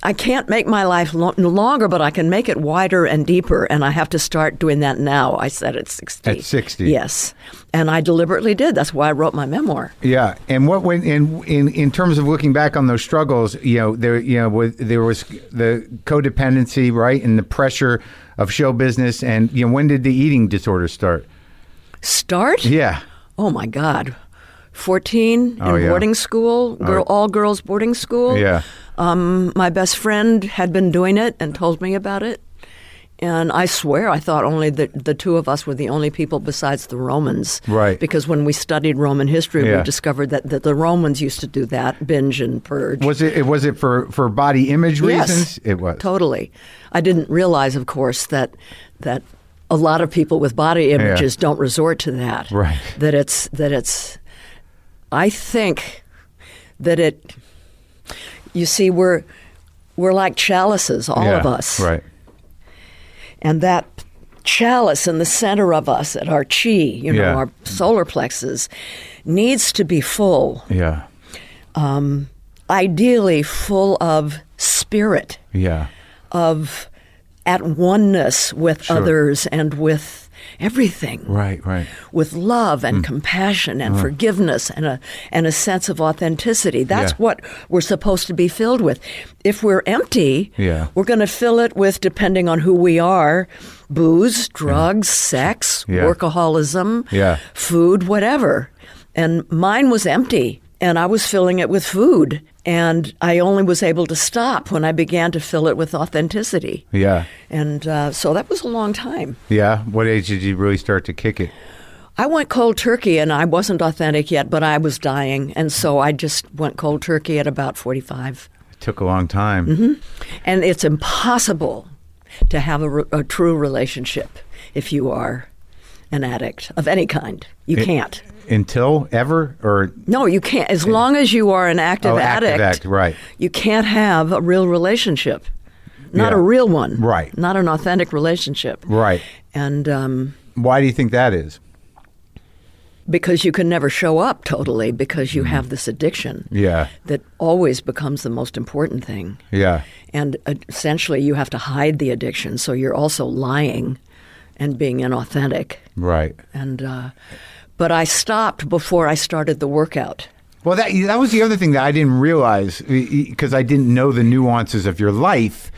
I can't make my life lo- longer, but I can make it wider and deeper, and I have to start doing that now. I said at 60.
At 60.
Yes. And I deliberately did. That's why I wrote my memoir.
Yeah, and what went in in in terms of looking back on those struggles, you know, there you know with, there was the codependency, right, and the pressure of show business, and you know, when did the eating disorder start?
Start?
Yeah,
Oh my God. 14
Oh,
in
yeah. Oh.
boarding school, girl, all girls boarding school.
yeah,
Um, my best friend had been doing it and told me about it. And I swear, I thought only that the two of us were the only people besides the Romans.
Right.
Because when we studied Roman history,
Yeah.
we discovered that, that the Romans used to do that binge and purge.
was it, it was it for for body image
Yes.
reasons? It was.
Totally. I didn't realize, of course, that that a lot of people with body images don't resort to that.
Right.
That it's that it's. I think that it. You see, we're we're like chalices, all
Yeah,
of us,
right?
and that chalice in the center of us at our chi, you know,
Yeah.
our solar plexus, needs to be full,
Yeah,
um, ideally full of spirit.
yeah,
of at oneness with others and with everything
right, right,
with love
Mm.
and compassion and forgiveness and a and a sense of authenticity that's
Yeah.
what we're supposed to be filled with if we're empty
Yeah.
we're going to fill it with depending on who we are booze drugs sex
Yeah.
workaholism
Yeah.
food whatever and mine was empty and i was filling it with food and i only was able to stop when i began to fill it with authenticity
yeah,
and uh, so that was a long time
yeah. What age did you really start to kick it?
I went cold turkey and I wasn't authentic yet, but I was dying. And so I just went cold turkey at about 45.
It took a long time.
Mm-hmm. And it's impossible to have a, re- a true relationship if you are an addict of any kind. You can't.
Until ever or
No, you can't. As long as you are an active
oh,
addict,
active act, right?
you can't have a real relationship. Not
Yeah.
a real one.
Right.
Not an authentic relationship.
Right.
And um,
Why do you think that is?
because you can never show up totally because
Mm-hmm.
you have this addiction.
Yeah,
that always becomes the most important thing.
yeah.
And uh, essentially, you have to hide the addiction, so you're also lying and being inauthentic.
Right.
And uh, but I stopped before I started the workout.
Well, that that was the other thing that I didn't realize because I didn't know the nuances of your life.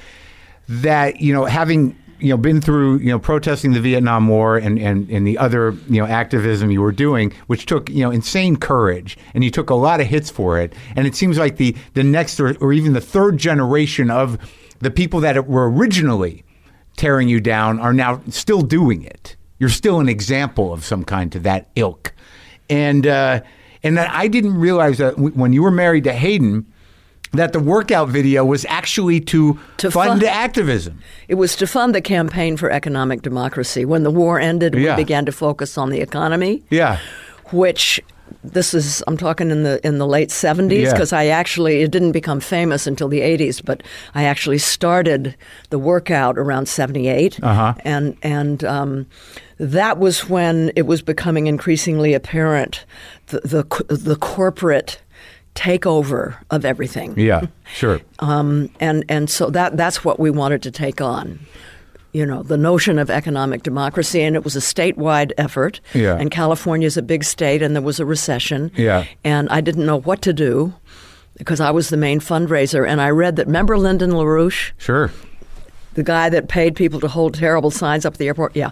That you know, having you know been through you know protesting the Vietnam War and and and the other you know activism you were doing, which took you know insane courage, and you took a lot of hits for it. And it seems like the the next or, or even the third generation of the people that were originally tearing you down are now still doing it. You're still an example of some kind to that ilk, and uh, and that I didn't realize that w- when you were married to Hayden, that the workout video was actually to,
To
fund
fu-
activism.
It was to fund the campaign for economic democracy. When the war ended,
Yeah.
we began to focus on the economy.
Yeah,
which this is I'm talking in the in the late 70s
Yeah.
because I actually it didn't become famous until the 80s but I actually started the workout around 78
Uh-huh.
and and um, that was when it was becoming increasingly apparent the the, co- the corporate takeover of everything Uh-huh.
yeah, sure.
um, and and so that that's what we wanted to take on you know, the notion of economic democracy, and it was a statewide effort.
Yeah.
And California's a big state, and there was a recession.
Yeah.
And I didn't know what to do because I was the main fundraiser, and I read that. Remember Lyndon LaRouche,
Sure.
the guy that paid people to hold terrible signs up at the airport? Yeah.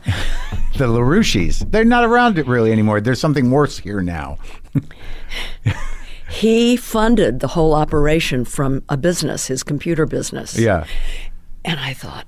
The LaRouches. They're not around it really anymore. There's something worse here now.
he funded the whole operation from a business, his computer business.
Yeah.
And I thought,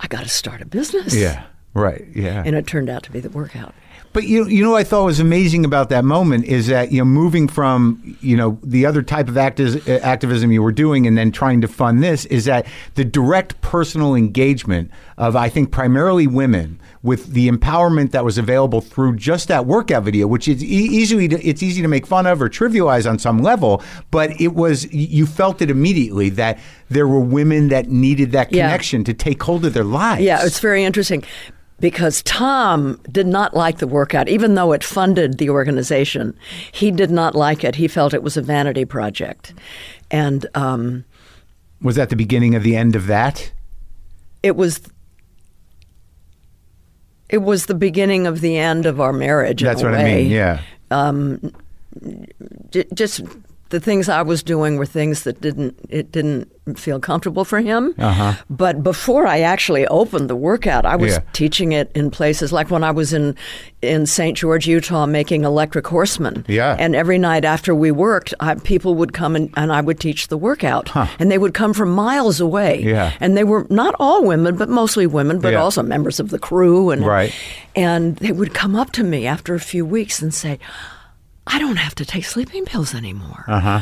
I got to start a business.
Yeah. Right. Yeah.
And it turned out to be the workout.
But you you know what I thought was amazing about that moment is that you know moving from you know the other type of acti- uh, activism you were doing and then trying to fund this is that the direct personal engagement of I think primarily women with the empowerment that was available through just that workout video which is e- easily to, it's easy to make fun of or trivialize on some level but it was y- you felt it immediately that there were women that needed that
Yeah.
connection to take hold of their lives
Yeah, it's very interesting because Tom did not like the workout, even though it funded the organization. He did not like it. He felt it was a vanity project. And um,
was that the beginning of the end of that
it was. It was the beginning of the end of our marriage. in
that's
a
what I
way.
mean
Um,
yeah
J- just the things I was doing were things that didn't it didn't feel comfortable for him.
Uh-huh.
But before I actually opened the workout, I was
Yeah.
teaching it in places like when I was in in St. George, Utah, making Electric Horseman.
Yeah.
And every night after we worked, I, people would come and, and I would teach the workout, and they would come from miles away.
Yeah.
And they were not all women, but mostly women, but
Yeah.
also members of the crew and
Right.
and they would come up to me after a few weeks and say, I don't have to take sleeping pills anymore.
Uh-huh.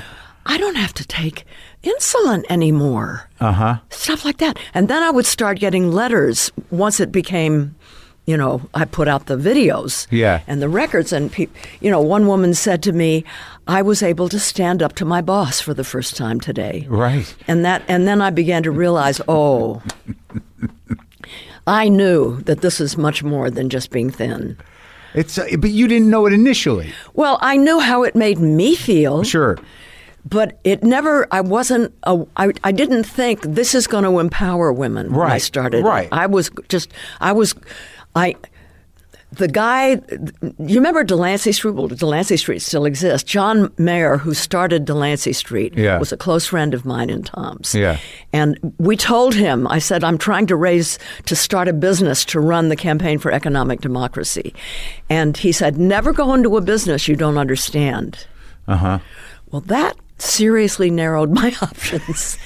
I don't have to take insulin anymore.
Uh-huh.
Stuff like that. And then I would start getting letters once it became, you know, I put out the videos
Yeah.
and the records. And, peop you know, one woman said to me, I was able to stand up to my boss for the first time today.
right.
And that, and then I began to realize, oh, I knew that this is much more than just being thin.
It's uh, but you didn't know it initially.
Well, I knew how it made me feel,
Sure.
but it never. I wasn't. A, I, I didn't think this is going to empower women. When I
Right,
started.
right.
I was just. I was. I. The guy, you remember Delancey Street? Well, Delancey Street still exists. John Mayer, who started Delancey Street,
Yeah.
was a close friend of mine and Tom's.
Yeah.
And we told him, I said, I'm trying to raise, to start a business to run the campaign for economic democracy. And he said, Never go into a business you don't understand.
Uh huh.
Well, that seriously narrowed my options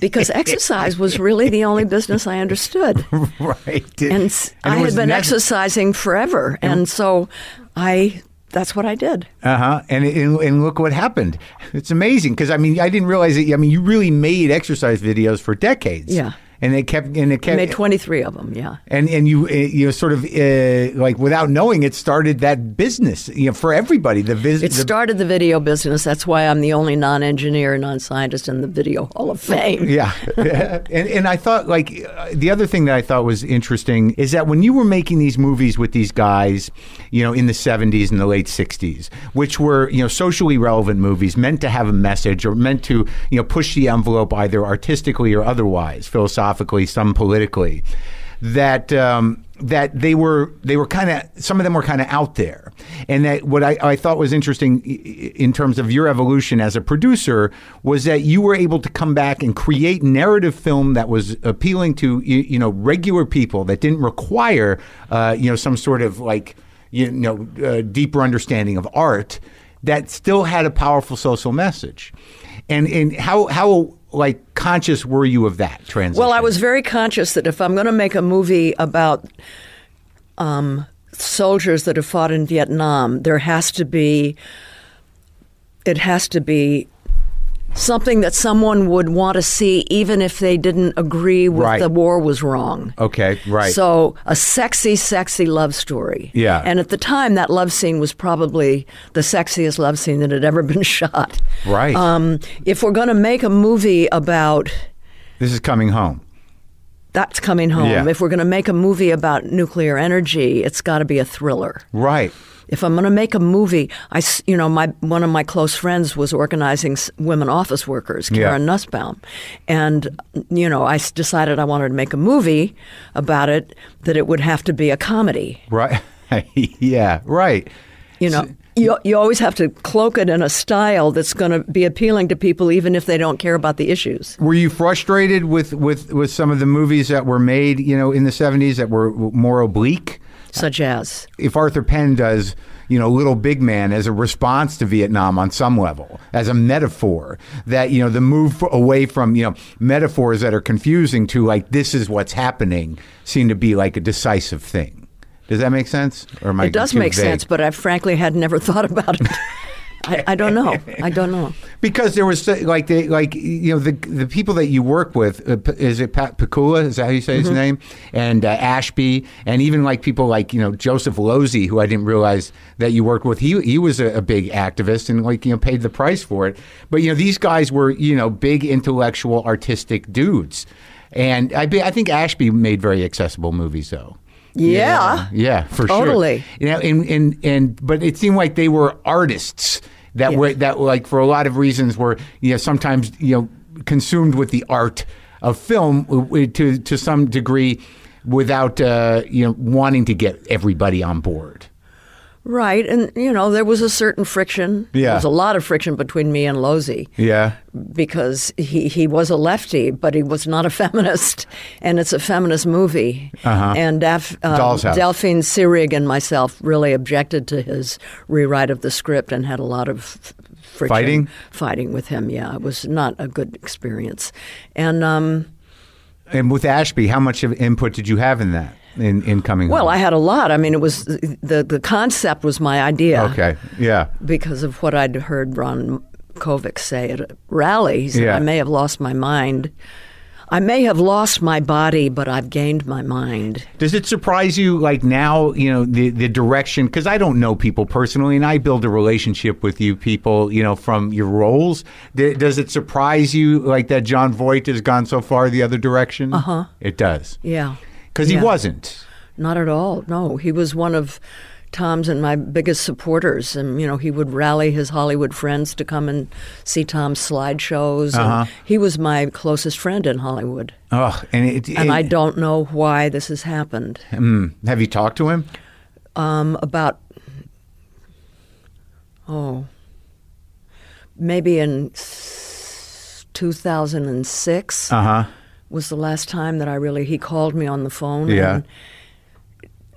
because exercise was really the only business I understood.
Right.
And, s I
it
I had
was
been
nec-
exercising forever. And so I, that's what I did.
Uh-huh. And, and and look what happened. It's amazing because I mean I didn't realize it. I mean you really made exercise videos for decades.
Yeah.
And they kept and it kept
I made 23 of them, yeah.
and and you uh, you know, sort of uh, like without knowing it started that business you know for everybody the
It
visit
started the video business. That's why I'm the only non engineer, non scientist in the Video Hall of Fame.
Yeah, and and I thought like uh, the other thing that I thought was interesting is that when you were making these movies with these guys, you know, in the '70s and the late '60s, which were you know socially relevant movies meant to have a message or meant to you know push the envelope either artistically or otherwise, philosophically, some politically, that. Um, that they were they were kind of some of them were kind of out there and that what I, I thought was interesting i- i- in terms of your evolution as a producer was that you were able to come back and create narrative film that was appealing to y- you know regular people that didn't require uh, you know some sort of like you know uh, deeper understanding of art that still had a powerful social message and and how how like conscious were you of that transition
Well, I was very conscious that if I'm going to make a movie about um, soldiers that have fought in Vietnam, there has to be it has to be something that someone would want to see, even if they didn't agree with
Right.
the war was wrong.
okay right
So a sexy, sexy love story.
Yeah.
And at the time, that love scene was probably the sexiest love scene that had ever been shot.
right
Um, if we're going to make a movie about
this is coming home
that's coming home.
Yeah.
If we're going to make a movie about nuclear energy, it's got to be a thriller.
Right.
if I'm going to make a movie, I s- you know my one of my close friends was organizing s- women office workers,
Yeah.
Karen Nussbaum, and you know I s- decided I wanted to make a movie about it that it would have to be a comedy.
Right. yeah, right.
You know, you you always have to cloak it in a style that's going to be appealing to people, even if they don't care about the issues.
Were you frustrated with, with, with some of the movies that were made, you know, in the 70s that were more oblique?
Such as
If Arthur Penn does, you know, Little Big Man as a response to Vietnam on some level, as a metaphor, that, you know, the move away from, you know, metaphors that are confusing to like, this is what's happening, seem to be like a decisive thing. Does that make sense? Or am I
it does
too
make
vague?
sense, but I frankly had never thought about it. I, I don't know. I don't know.
Because there was so- like the like you know the the people that you work with uh, P- is it Pat Pakula is that how you say his name and uh, Ashby and even like people like you know Joseph Losey who I didn't realize that you worked with he he was a, a big activist and like you know paid the price for it but you know these guys were you know big intellectual artistic dudes and I be, I think Ashby made very accessible movies though
Yeah.
yeah for
Totally.
sure you know and and and but it seemed like they were artists that
Yeah.
were that were, like for a lot of reasons were you know sometimes you know consumed with the art of film w- w- uh, to to some degree without uh, you know wanting to get everybody on board
Right, and you know there was a certain friction.
Yeah.
There was a lot of friction between me and Losey
yeah
because he, he was a lefty, but he was not a feminist, and it's a feminist movie.
Uh-huh.
And Daph, um,
Doll's House.
Delphine Seyrig and myself really objected to his rewrite of the script and had a lot of f- friction,
Fighting?
fighting with him. Yeah, it was not a good experience, and um,
and with Ashby how much of input did you have in that in in coming
well, I
home?
had a lot. I mean, it was the the concept was my idea.
okay yeah
because of what I'd heard Ron Kovic say at a rally. He said,
Yeah.
I may have lost my mind. I may have lost my body, but I've gained my mind.
Does it surprise you, like now, you know, the, the direction? Because I don't know people personally, and I build a relationship with you people, you know, from your roles. D- does it surprise you, like, that John Voight has gone so far the other direction? Uh huh. It does.
Yeah.
Because
Uh-huh. Yeah.
he wasn't.
Not at all. No, he was one of Tom's and my biggest supporters, and you know he would rally his Hollywood friends to come and see Tom's slideshows. and
Uh-huh.
He was my closest friend in Hollywood,
Ugh. And, it, it-
and I don't know why this has happened.
Mm. have you talked to him?
um, about oh maybe in s- 2006
Uh huh.
was the last time that I really he called me on the phone
Yeah.
and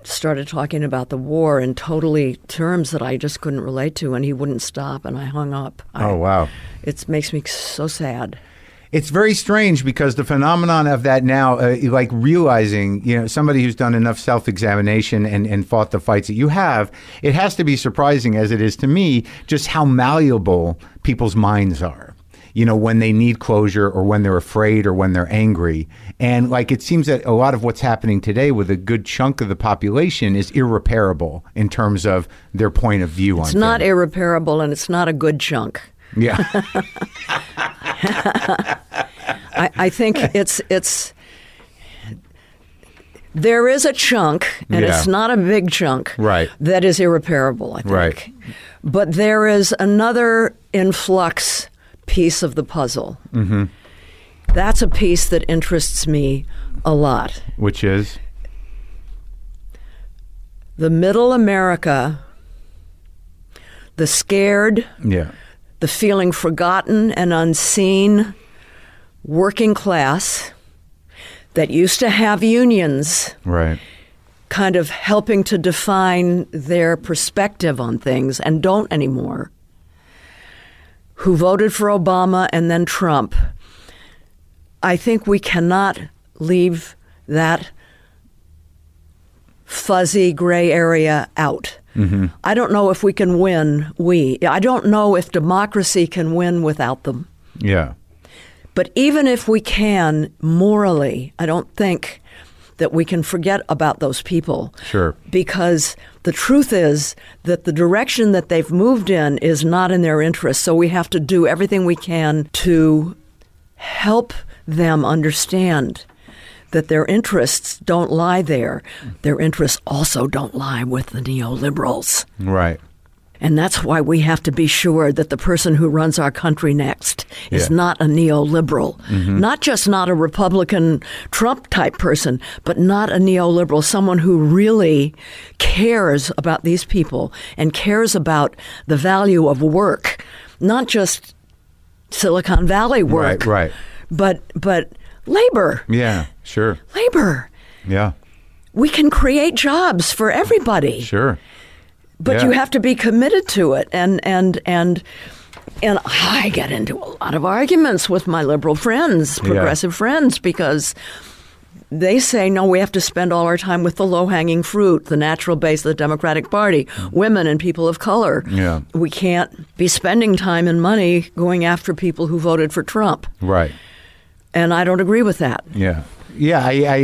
started talking about the war in totally terms that I just couldn't relate to and he wouldn't stop and I hung up. I-
Oh, wow.
It makes me so sad.
It's very strange because the phenomenon of that now, uh, like realizing, you know, somebody who's done enough self examination and, and fought the fights that you have, it has to be surprising as it is to me just how malleable people's minds are, you know, when they need closure or when they're afraid or when they're angry. And like it seems that a lot of what's happening today with a good chunk of the population is irreparable in terms of their point of view on
It's not
things.
irreparable and it's not a good chunk.
yeah.
I, I think it's it's there is a chunk, and
Yeah.
it's not a big chunk,
Right.
That is irreparable, I think.
Right.
But there is another influx piece of the puzzle. Mm-hmm. That's a piece that interests me a lot.
Which is?
The middle America, the scared,
Yeah.
the feeling forgotten and unseen working class that used to have unions
Right.
kind of helping to define their perspective on things and don't anymore, who voted for Obama and then Trump. I think we cannot leave that fuzzy gray area out. I don't know if we can win, we. I don't know if democracy can win without them.
Yeah.
But even if we can, morally, I don't think that we can forget about those people.
Sure.
Because the truth is that the direction that they've moved in is not in their interest. So we have to do everything we can to help them understand that their interests don't lie there. Their interests also don't lie with the neoliberals.
Right.
And that's why we have to be sure that the person who runs our country next is
Yeah. Mm-hmm.
not a neoliberal. Not just not a Republican Trump type person, but not a neoliberal, someone who really cares about these people and cares about the value of work, not just Silicon Valley work.
Right, right.
But but labor.
Yeah, sure.
Labor.
Yeah,
We can create jobs for everybody
sure.
but
Yeah.
you have to be committed to it and and and and I get into a lot of arguments with my liberal friends, progressive friends because they say no we have to spend all our time with the low-hanging fruit, the natural base of the Democratic Party, women and people of color.
Yeah.
We can't be spending time and money going after people who voted for Trump.
Right.
And I don't agree with that.
Yeah. Yeah, I, I,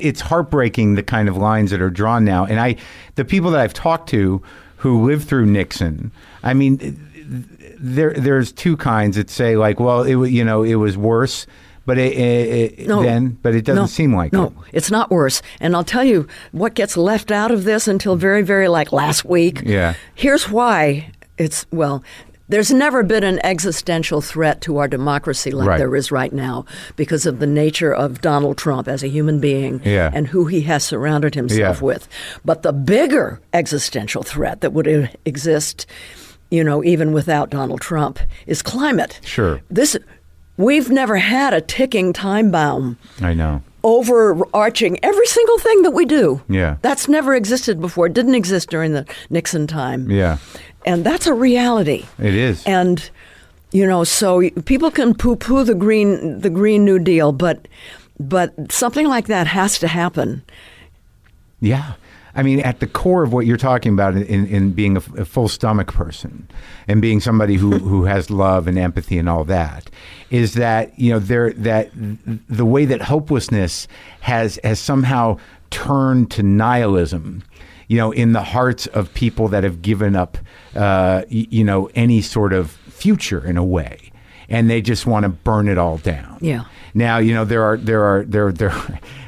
it's heartbreaking the kind of lines that are drawn now. And I, the people that I've talked to who lived through Nixon, I mean, there there's two kinds that say like, well, it wa- you know it was worse, but it, it, it-
No.
then, but it doesn't
No.
seem like
no,
it.
it's not worse. And I'll tell you what gets left out of this until very, very like last week.
Yeah.
Here's why it's well. There's never been an existential threat to our democracy like
Right.
there is right now because of the nature of Donald Trump as a human being
Yeah.
and who he has surrounded himself
Yeah.
with. But the bigger existential threat that would e- exist, you know, even without Donald Trump, is climate.
Sure.
This we've never had a ticking time bomb
I know.
overarching every single thing that we do.
Yeah.
That's never existed before. It didn't exist during the Nixon time.
Yeah,
And that's a reality.
it is.
And you know, so y- people can poo-poo the green the green new deal, but but something like that has to happen.
Yeah. I mean, at the core of what you're talking about in, in being a, f- a full stomach person and being somebody who, who has love and empathy and all that is that, you know, there that the way that hopelessness has has somehow turned to nihilism, you know, in the hearts of people that have given up, uh, y- you know, any sort of future in a way. And they just want to burn it all down.
Yeah.
Now you know there are there are there there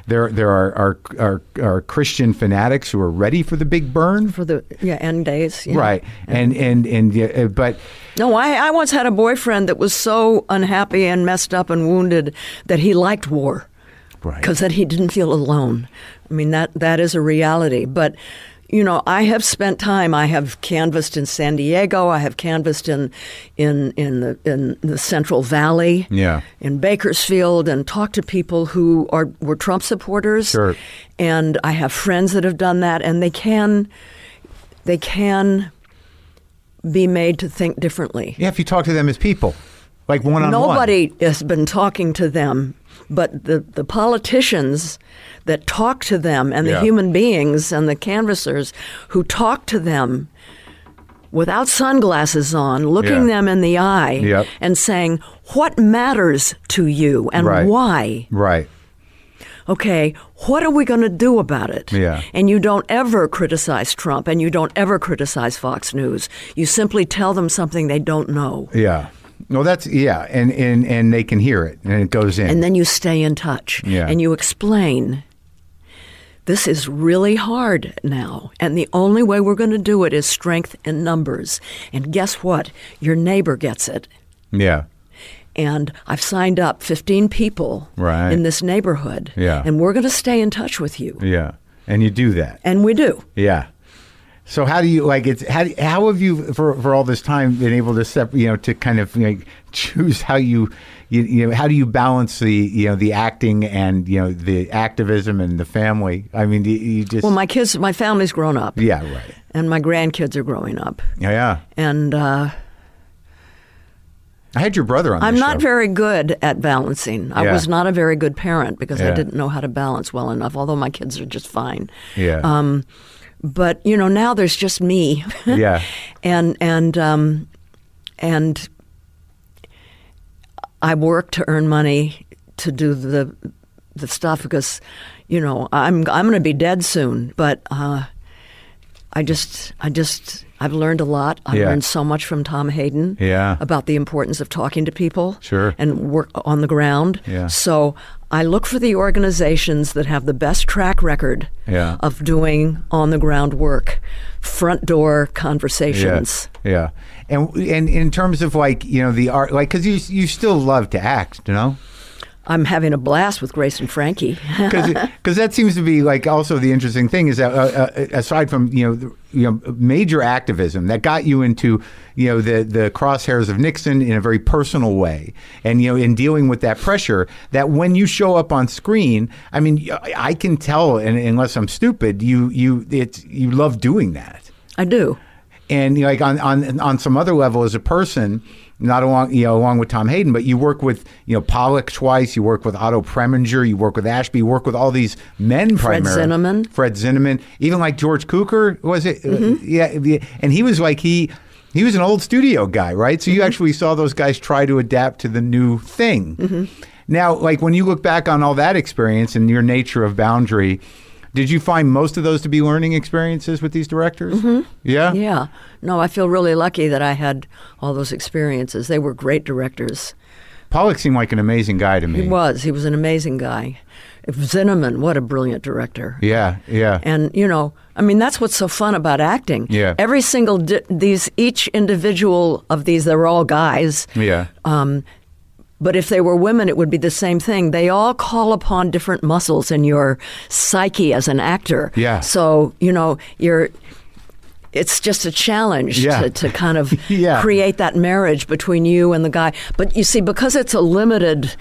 there there are are, are are Christian fanatics who are ready for the big burn,
For the yeah, end days. yeah.
right? And and and yeah, uh, but
No, I, I once had a boyfriend that was so unhappy and messed up and wounded that he liked war.
Right.
Because then he didn't feel alone. I mean, that, that is a reality. But, you know, I have spent time, I have canvassed in San Diego, I have canvassed in, in, in, the, in the Central Valley,
Yeah.
in Bakersfield, and talked to people who are, were Trump supporters.
Sure.
And I have friends that have done that, and they can, they can be made to think differently.
yeah, if you talk to them as people, like one on one,
Nobody has been talking to them, but the, the politicians that talk to them and
Yeah.
the human beings and the canvassers who talk to them without sunglasses on,
Yeah.
looking them in the eye
Yep.
and saying, What matters to you and
Right.
why?
right?
okay, what are we going to do about it?
Yeah.
And you don't ever criticize Trump and you don't ever criticize Fox News. You simply tell them something they don't know.
Yeah. Well, that's yeah, and and and they can hear it, and it goes in.
And then you stay in touch
Yeah.
and you explain. This is really hard now, and the only way we're going to do it is strength in numbers. And guess what? Your neighbor gets it.
yeah.
and I've signed up 15 people
Right.
in this neighborhood.
Yeah.
And we're going to stay in touch with you.
Yeah. And you do that.
And we do.
Yeah. So how do you like it's how do- how have you for for all this time been able to step you know to kind of like choose how you, you you know how do you balance the you know the acting and you know the activism and the family I mean you, you just
Well, my kids, my family's grown up.
yeah right
And my grandkids are growing up.
yeah yeah
And uh,
I had your brother on
I'm
the
not
show.
very good at balancing. I
Yeah.
was not a very good parent because
Yeah.
I didn't know how to balance well enough, although my kids are just fine.
yeah
Um, but, you know, now there's just me.
yeah
and and um, and I work to earn money to do the the stuff because you know I'm I'm going to be dead soon, but uh, I just I just I've learned a lot. I
Yeah.
learned so much from Tom Hayden
Yeah.
about the importance of talking to people
Sure.
and work on the ground.
Yeah.
So I look for the organizations that have the best track record
Yeah.
of doing on the ground work, front door conversations.
Yeah. yeah. And and in terms of like you know the art, like because you you still love to act, you know.
I'm having a blast with Grace and Frankie.
Because that seems to be like also the interesting thing is that uh, uh, aside from you know the, you know major activism that got you into you know the the crosshairs of Nixon in a very personal way, and you know in dealing with that pressure, that when you show up on screen, I mean I- I can tell, and unless I'm stupid, you you it's you love doing that.
I do.
and you know, like on, on on some other level as a person not along you know along with Tom Hayden but you work with you know Pollock twice you work with Otto Preminger you work with Ashby you work with all these men
Fred
primarily
Zinnemann. Mm-hmm.
Fred Zinnemann even like George Cukor was it yeah the- and he was like he he was an old studio guy right so
Mm-hmm.
you actually saw those guys try to adapt to the new thing
Mm-hmm.
now like when you look back on all that experience and your nature of boundary did you find most of those to be learning experiences with these directors yeah
Mm-hmm. Yeah. No, I feel really lucky that I had all those experiences. They were great directors.
Pollock seemed like an amazing guy to me.
He was. He was an amazing guy. Zinneman, what a brilliant director.
Yeah, yeah.
And you know, I mean, that's what's so fun about acting.
Yeah.
Every single di- these each individual of these, they're all guys.
yeah.
Um, but if they were women, it would be the same thing. They all call upon different muscles in your psyche as an actor.
Yeah.
So you know you're. It's just a challenge
Yeah.
to, to kind of
Yeah.
create that marriage between you and the guy. But you see, because it's a limited,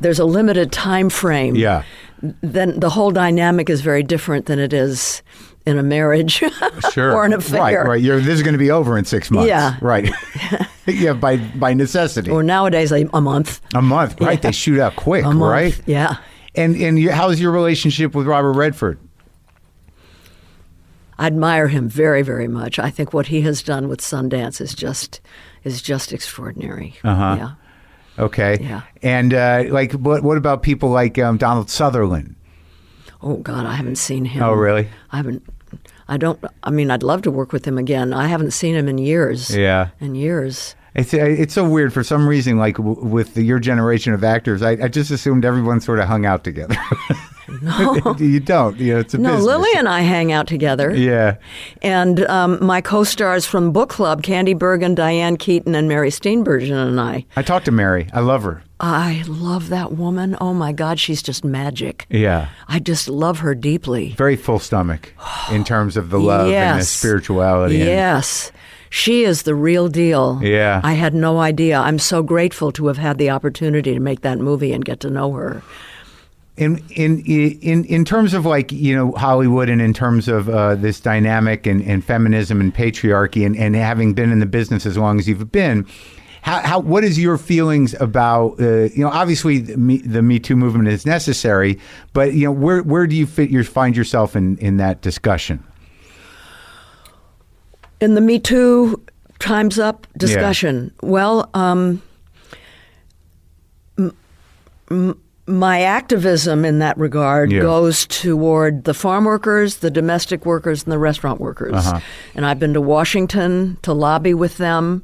there's a limited time frame
Yeah.
then the whole dynamic is very different than it is in a marriage
Sure.
or an affair.
Right, right. You're, this is going to be over in six months.
Yeah.
Right. yeah, by by necessity.
Or nowadays, a, a month.
a month, right? They shoot out quick,
A month.
right?
Yeah.
And and you, how's your relationship with Robert Redford?
I admire him very, very much. I think what he has done with Sundance is just is just extraordinary.
Uh-huh.
Yeah.
Okay.
Yeah.
And uh, like, what what about people like um, Donald Sutherland?
Oh God, I haven't seen him.
Oh, really?
I haven't. I don't. I mean, I'd love to work with him again. I haven't seen him in years.
Yeah.
In years.
It's uh, it's so weird for some reason. Like w- with the, your generation of actors, I, I just assumed everyone sort of hung out together. No, you don't. You know, it's a
No,
business.
Lily and I hang out together.
Yeah.
And um, my co-stars from book club, Candy Bergen, Diane Keaton, and Mary Steenburgen, and I.
I talked to Mary. I love her.
I love that woman. Oh my God, she's just magic.
Yeah.
I just love her deeply.
Very full stomach in terms of the love and the
Yes.
spirituality. and-
Yes. She is the real deal.
Yeah.
I had no idea. I'm so grateful to have had the opportunity to make that movie and get to know her.
in in in in terms of like you know Hollywood and in terms of uh, this dynamic and, and feminism and patriarchy and, and having been in the business as long as you've been, how, how what is your feelings about uh, you know obviously the Me, the Me Too movement is necessary, but you know where where do you fit your find yourself in in that discussion?
in the Me Too Time's Up discussion? Well, um, m- m- my activism in that regard
Yeah.
goes toward the farm workers, the domestic workers, and the restaurant workers. And I've been to Washington to lobby with them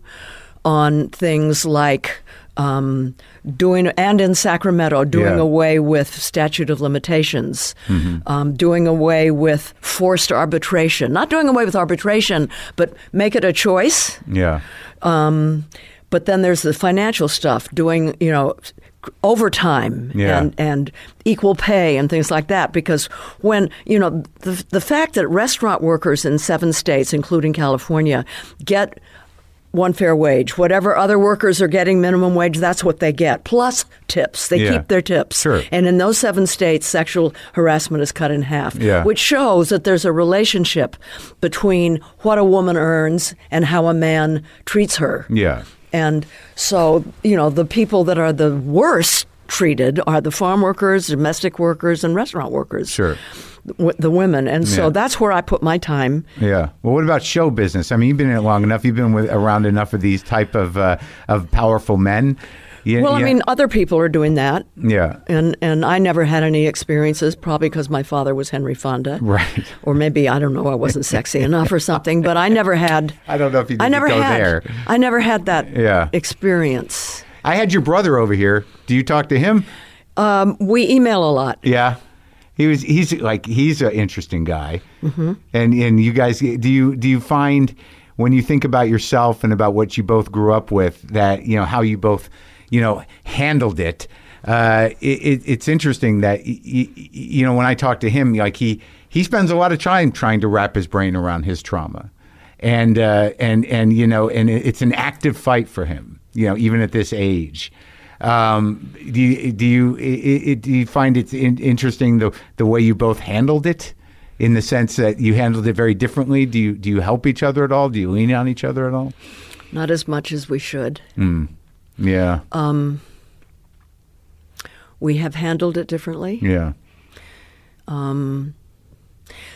on things like. Um, doing and in Sacramento,
Yeah.
doing away with statute of limitations, um, doing away with forced arbitration. Not doing away with arbitration, but make it a choice.
Yeah,
Um, but then there's the financial stuff, doing you know overtime
Yeah.
and and equal pay and things like that. Because when you know the the fact that restaurant workers in seven states, including California, get one fair wage, whatever other workers are getting minimum wage, that's what they get plus tips. They
Yeah.
keep their tips,
Sure.
and in those seven states, sexual harassment is cut in half,
Yeah.
which shows that there's a relationship between what a woman earns and how a man treats her.
yeah,
And so, you know, the people that are the worst treated are the farm workers, domestic workers, and restaurant workers.
sure.
W- the women. And so
Yeah.
that's where I put my time.
Yeah. Well, what about show business? I mean, you've been in it long enough. You've been with, around enough of these type of uh, of powerful men. Yeah,
well, I
yeah.
mean, other people are doing that.
Yeah.
And and I never had any experiences, probably because my father was Henry Fonda,
Right.
Or maybe I don't know, I wasn't sexy enough or something. But I never had.
I don't know if you
I
need to
never
go
had.
there.
I never had that
Yeah.
experience.
I had your brother over here. Do you talk to him?
Um, we email a lot.
Yeah. He was he's like he's an interesting guy. Mm-hmm. And and you guys do you do you find when you think about yourself and about what you both grew up with that you know how you both you know handled it uh, it, it, it's interesting that y- y- y- you know when I talk to him, like he he spends a lot of time trying to wrap his brain around his trauma, and uh, and and you know, and it- it's an active fight for him, you know, even at this age. Um, do you, do you i- i- do you find it in, interesting the the way you both handled it, in the sense that you handled it very differently? Do you do you help each other at all? Do you lean on each other at all?
Not as much as we should.
Yeah,
We have handled it differently.
yeah,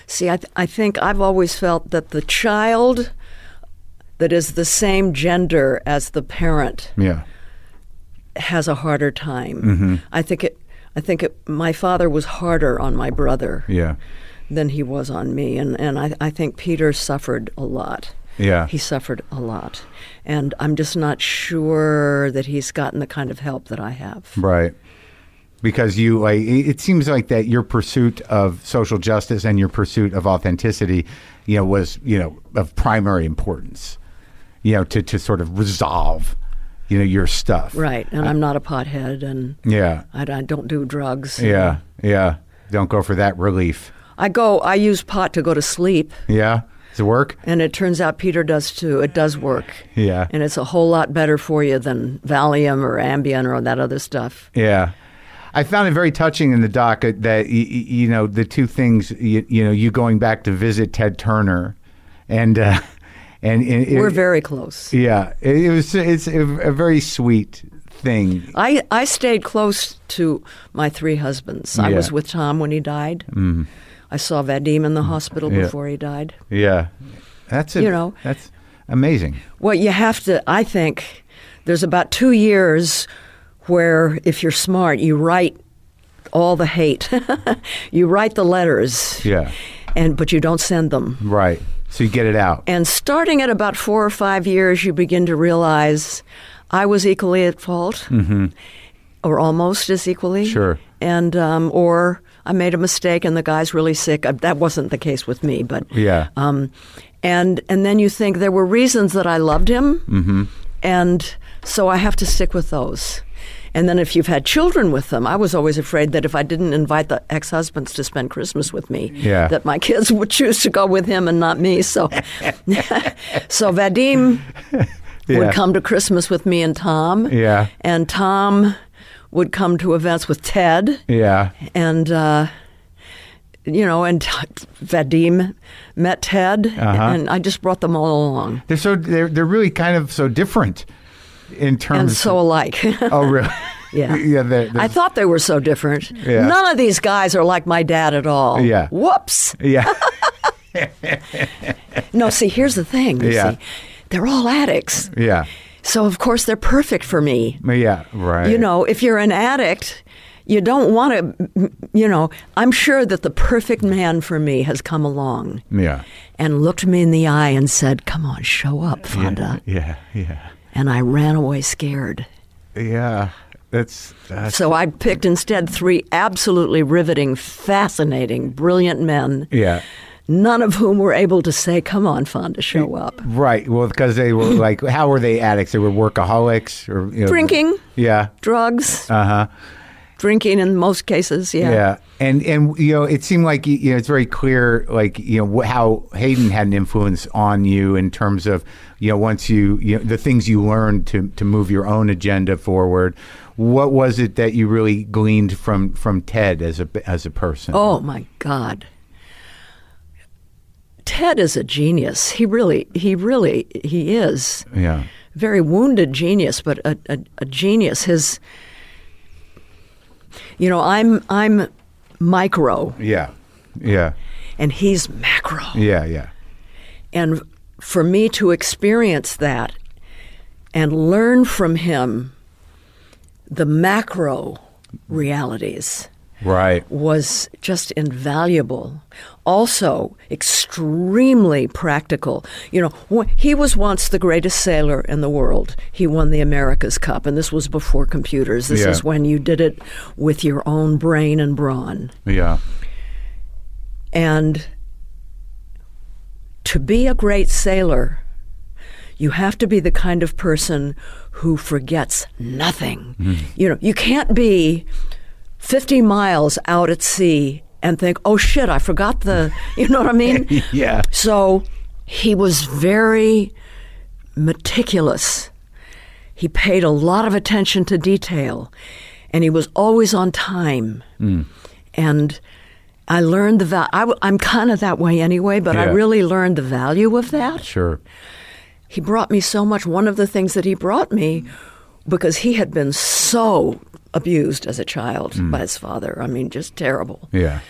See, I, th- I think I've always felt that the child that is the same gender as the parent
yeah,
has a harder time.
Mm-hmm.
I think it. I think it, my father was harder on my brother
yeah,
than he was on me, and and I, I think Peter suffered a lot.
yeah.
He suffered a lot, and I'm just not sure that he's gotten the kind of help that I have.
Right. Because you like it it seems like that your pursuit of social justice and your pursuit of authenticity, you know, was, you know, of primary importance. You know, to, to sort of resolve, you know, your stuff.
Right, and I'm not a pothead, and
Yeah.
I, I don't do drugs.
Yeah. Yeah. Don't go for that relief.
I go. I use pot to go to sleep.
Yeah. Does it work?
And it turns out Peter does too. It does work.
Yeah.
And it's a whole lot better for you than Valium or Ambien or that other stuff.
Yeah. I found it very touching in the doc uh, that, y- y- you know, the two things, you, you know, you going back to visit Ted Turner and, uh, and, and
We're very close.
Yeah, it, it was. It's a, a very sweet thing.
I, I stayed close to my three husbands. I
Yeah. Mm-hmm.
was with Tom when he died. Mm. I saw Vadim in the hospital
Yeah.
before he died.
Yeah, that's a,
You know.
that's amazing.
Well, you have to, I think, there's about two years where if you're smart, you write all the hate, you write the letters.
Yeah.
And, but you don't send them.
Right. So you get it out.
And starting at about four or five years, you begin to realize I was equally at fault, or almost as equally.
Mm-hmm. Sure.
And um, or I made a mistake, and the guy's really sick. Uh, That wasn't the case with me, but
Yeah.
Um, and and then you think there were reasons that I loved him,
Mm-hmm.
and so I have to stick with those. And then if you've had children with them, I was always afraid that if I didn't invite the ex-husbands to spend Christmas with me,
Yeah.
that my kids would choose to go with him and not me. So, so Vadim
Yeah.
would come to Christmas with me and Tom.
Yeah.
And Tom would come to events with Ted.
Yeah.
And, uh, you know, and Vadim met Ted.
Uh-huh.
And I just brought them all along.
They're so they're they're really kind of so different in
And
terms.
so alike.
oh really?
Yeah.
yeah. They're, they're-
I thought they were so different.
Yeah.
None of these guys are like my dad at all.
Yeah.
Whoops.
yeah.
No, see, here's the thing. you
Yeah.
see. They're all addicts.
Yeah.
So, of course, they're perfect for me.
Yeah. Right.
You know, if you're an addict, you don't want to, you know, I'm sure that the perfect man for me has come along
Yeah.
and looked me in the eye and said, Come on, show up, Fonda.
Yeah. Yeah.
And I ran away scared.
Yeah. That's uh, that's
So I picked instead three absolutely riveting, fascinating, brilliant men,
yeah.
none of whom were able to say, Come on, Fonda, show up.
Right. Well, because they were like, how were they addicts? They were workaholics or you know,
Drinking.
Yeah.
Drugs,
Uh huh.
drinking in most cases, yeah.
Yeah, and and you know, it seemed like you know it's very clear, like you know wh- how Hayden had an influence on you in terms of you know once you you know, the things you learned to to move your own agenda forward. What was it that you really gleaned from from Ted as a as a person?
Oh my God. Ted is a genius. He really, he really, he is
yeah,
very wounded genius, but a, a, a genius. His, you know, I'm I'm micro
yeah, yeah,
and he's macro,
yeah, yeah,
and for me to experience that and learn from him the macro realities
Right.
was just invaluable. Also, extremely practical. You know, wh- he was once the greatest sailor in the world. He won the America's Cup, and this was before computers. This
Yeah.
is when you did it with your own brain and brawn.
Yeah.
And to be a great sailor, you have to be the kind of person who forgets nothing. You know, you can't be 50 miles out at sea and think, oh shit, I forgot the, you know what I mean?
Yeah.
So he was very meticulous. He paid a lot of attention to detail, and he was always on time.
Mm.
And I learned the value. I, am kind of that way anyway, but I
Yeah.
really learned the value of that.
Sure.
He brought me so much. One of the things that he brought me, because he had been so abused as a child
Mm.
by his father. I mean, just terrible
Yeah.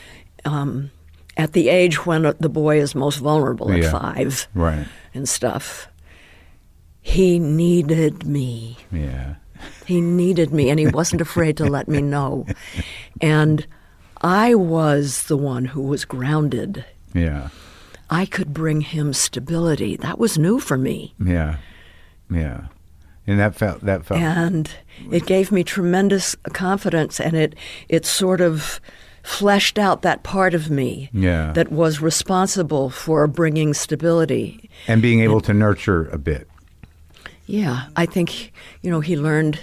at the age when the boy is most vulnerable at
Yeah.
five
Right.
and stuff. He needed me.
Yeah.
He needed me, and he wasn't afraid to let me know. And I was the one who was grounded.
Yeah.
I could bring him stability. That was new for me.
Yeah. Yeah. And that felt that felt
And it gave me tremendous confidence, and it, it sort of fleshed out that part of me
Yeah.
that was responsible for bringing stability
and being able to nurture a bit.
Yeah, I think you know he learned.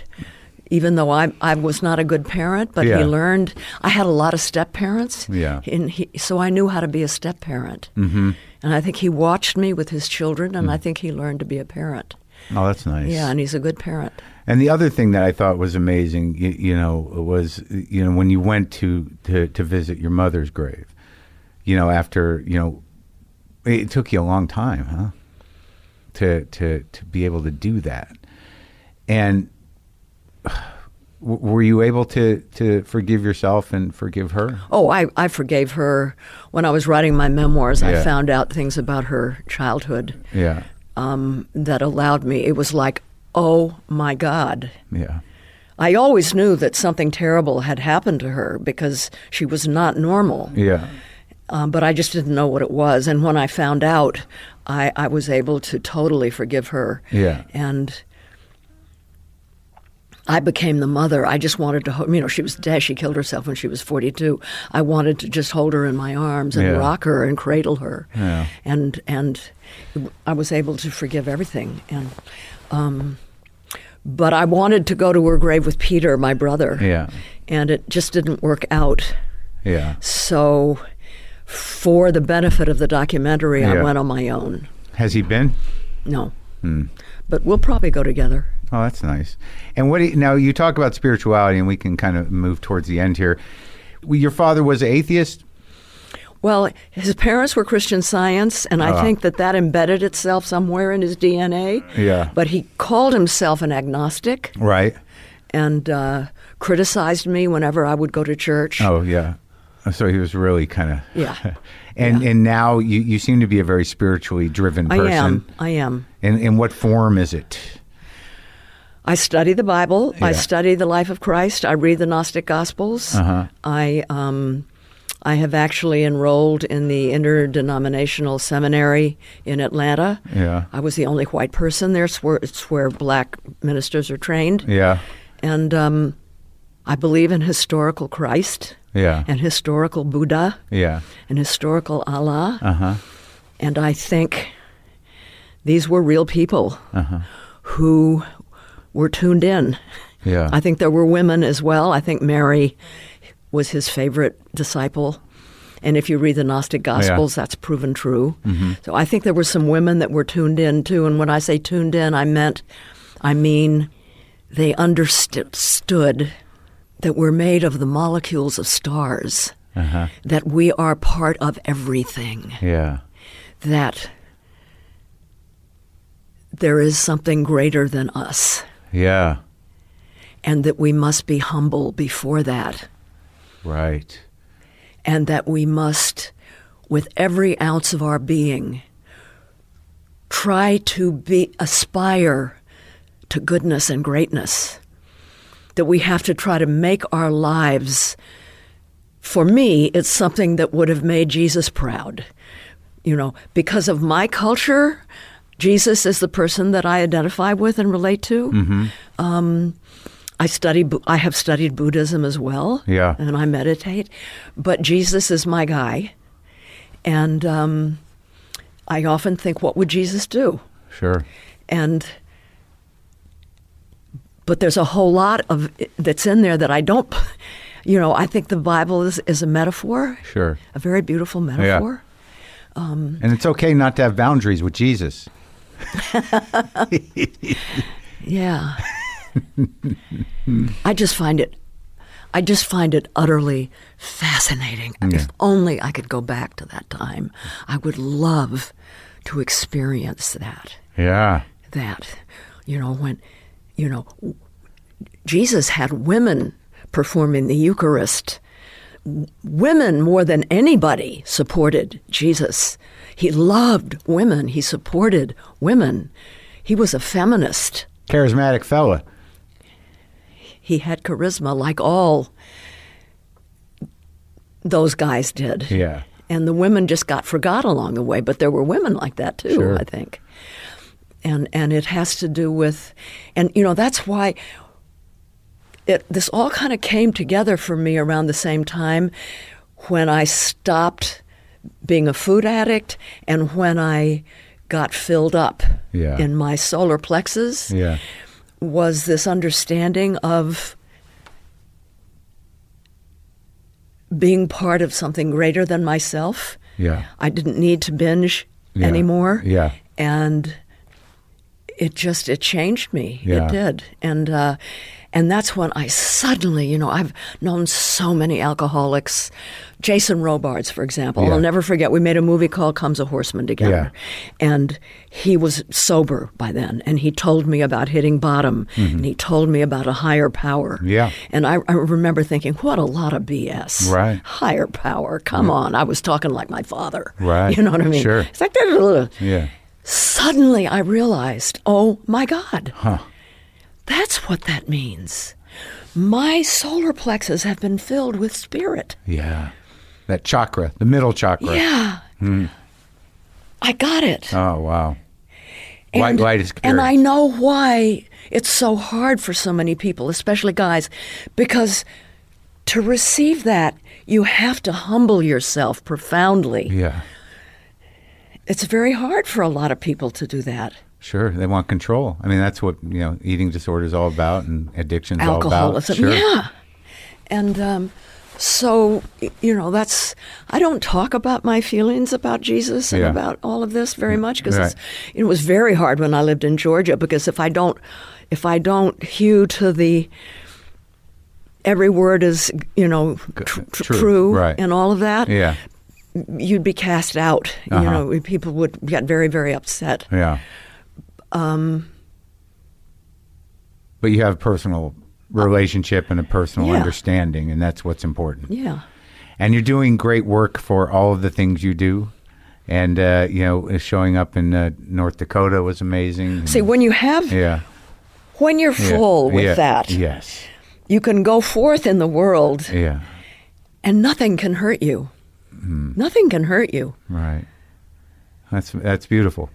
Even though I I was not a good parent, but
Yeah.
he learned. I had a lot of step parents.
Yeah.
and he, so I knew how to be a step parent. Mm-hmm. And I think he watched me with his children,
Mm.
and I think he learned to be a parent.
Oh, that's nice.
Yeah, and he's a good parent.
And the other thing that I thought was amazing, you, you know, was you know when you went to, to to visit your mother's grave, you know, after you know, it took you a long time, huh, to to to be able to do that, and w- were you able to to forgive yourself and forgive her?
Oh, I, I forgave her. When I was writing my memoirs,
Yeah.
I found out things about her childhood
Yeah,
um, that allowed me. It was like, oh my God,
yeah,
I always knew that something terrible had happened to her because she was not normal,
yeah,
um, but I just didn't know what it was. And when I found out, I, I was able to totally forgive her.
Yeah.
And I became the mother. I just wanted to, ho- you know, she was dead. She killed herself when she was 42. I wanted to just hold her in my arms and
Yeah.
rock her and cradle her.
Yeah.
And, and I was able to forgive everything. And, um, but I wanted to go to her grave with Peter, my brother.
Yeah.
And it just didn't work out.
yeah.
So, for the benefit of the documentary,
Yeah.
I went on my own.
Has he been?
No.
Hmm.
But we'll probably go together.
Oh, that's nice. And what do you, now you talk about spirituality, and we can kind of move towards the end here. Well, Your father was an atheist.
Well, his parents were Christian science, and
Uh-huh.
I think that that embedded itself somewhere in his DNA.
Yeah.
But he called himself an agnostic
Right.
and uh, criticized me whenever I would go to church.
Oh, yeah. So he was really kind of
Yeah.
And and now you, you seem to be a very spiritually driven
I
person.
am. I am.
And in what form is it?
I study the Bible. I
Yeah.
study the life of Christ. I read the Gnostic Gospels.
Uh-huh.
I um, I have actually enrolled in the interdenominational seminary in Atlanta.
Yeah.
I was the only white person there. It's where, it's where black ministers are trained,
Yeah.
and um, I believe in historical Christ
Yeah.
and historical Buddha
yeah.
and historical Allah.
Uh huh.
And I think these were real people who were tuned in.
Yeah.
I think there were women as well. I think Mary was his favorite disciple. And if you read the Gnostic Gospels, that's proven true. So I think there were some women that were tuned in too. And when I say tuned in, I meant, I mean, they understood that we're made of the molecules of stars, that we are part of everything
yeah.
that there is something greater than us
Yeah.
and that we must be humble before that
Right.
and that we must with every ounce of our being try to be aspire to goodness and greatness that we have to try to make our lives. For me, it's something that would have made Jesus proud. You know, because of my culture, Jesus is the person that I identify with and relate to. Um, I study. Bu- I have studied Buddhism as well.
Yeah.
and I meditate, but Jesus is my guy, and um, I often think, what would Jesus do?
Sure.
and but there's a whole lot of that's in there that I don't you know I think the Bible is is a metaphor
Sure.
a very beautiful metaphor
And it's okay not to have boundaries with Jesus.
yeah I just find it I just find it utterly fascinating
Yeah.
if only I could go back to that time I would love to experience that
Yeah.
that you know when you know Jesus had women performing the Eucharist W- women more than anybody supported Jesus he loved women he supported women he was a feminist
Charismatic fella.
he had charisma like all those guys did
Yeah.
and the women just got forgot along the way. But there were women like that too,
Sure.
I think. And and it has to do with, and you know that's why. It, this all kind of came together for me around the same time when I stopped being a food addict and when I got filled up
Yeah.
in my solar plexus
Yeah.
was this understanding of being part of something greater than myself.
Yeah.
I didn't need to binge
Yeah.
anymore.
Yeah.
And it just it changed me.
Yeah.
It did. And uh and that's when I suddenly, you know, I've known so many alcoholics. Jason Robards, for example.
Yeah.
I'll never forget we made a movie called Comes a Horseman together together. And he was sober by then. And he told me about hitting bottom. And he told me about a higher power.
Mm-hmm. Yeah.
And I, I remember thinking, what a lot of BS.
Right. Mm.
Higher power. Come on. I was talking like my father.
Right.
You know what I mean?
Sure.
It's like that.
Yeah.
Suddenly I realized, oh my God.
Huh.
That's what that means. My solar plexus have been filled with spirit.
Yeah. That chakra, the middle chakra.
Yeah.
Hmm.
I got it.
Oh, wow. White light is
and
spirit.
I know why it's so hard for so many people, especially guys, because to receive that, you have to humble yourself profoundly.
Yeah.
It's very hard for a lot of people to do that.
Sure. They want control. I mean, that's what, you know, eating disorder is all about and addiction is all about.
Alcoholism,
Sure.
yeah. And um, so, y- you know, that's, I don't talk about my feelings about Jesus and
Yeah.
about all of this very much because
Right.
it's it was very hard when I lived in Georgia because if I don't, if I don't hew to the, every word is, you know, tr- tr-
True,
true,
right.
and all of that,
Yeah.
you'd be cast out.
Uh-huh.
You know, people would get very, very upset.
Yeah. Um,
Um,
but you have a personal relationship and a personal
Yeah.
understanding, and that's what's important.
Yeah.
And you're doing great work for all of the things you do. And, uh, you know, showing up in uh, North Dakota was amazing.
See, when you have,
yeah.
when you're
yeah,
full with
yeah,
that,
Yes.
you can go forth in the world
Yeah.
and nothing can hurt you.
Hmm.
Nothing can hurt you.
Right. That's that's beautiful.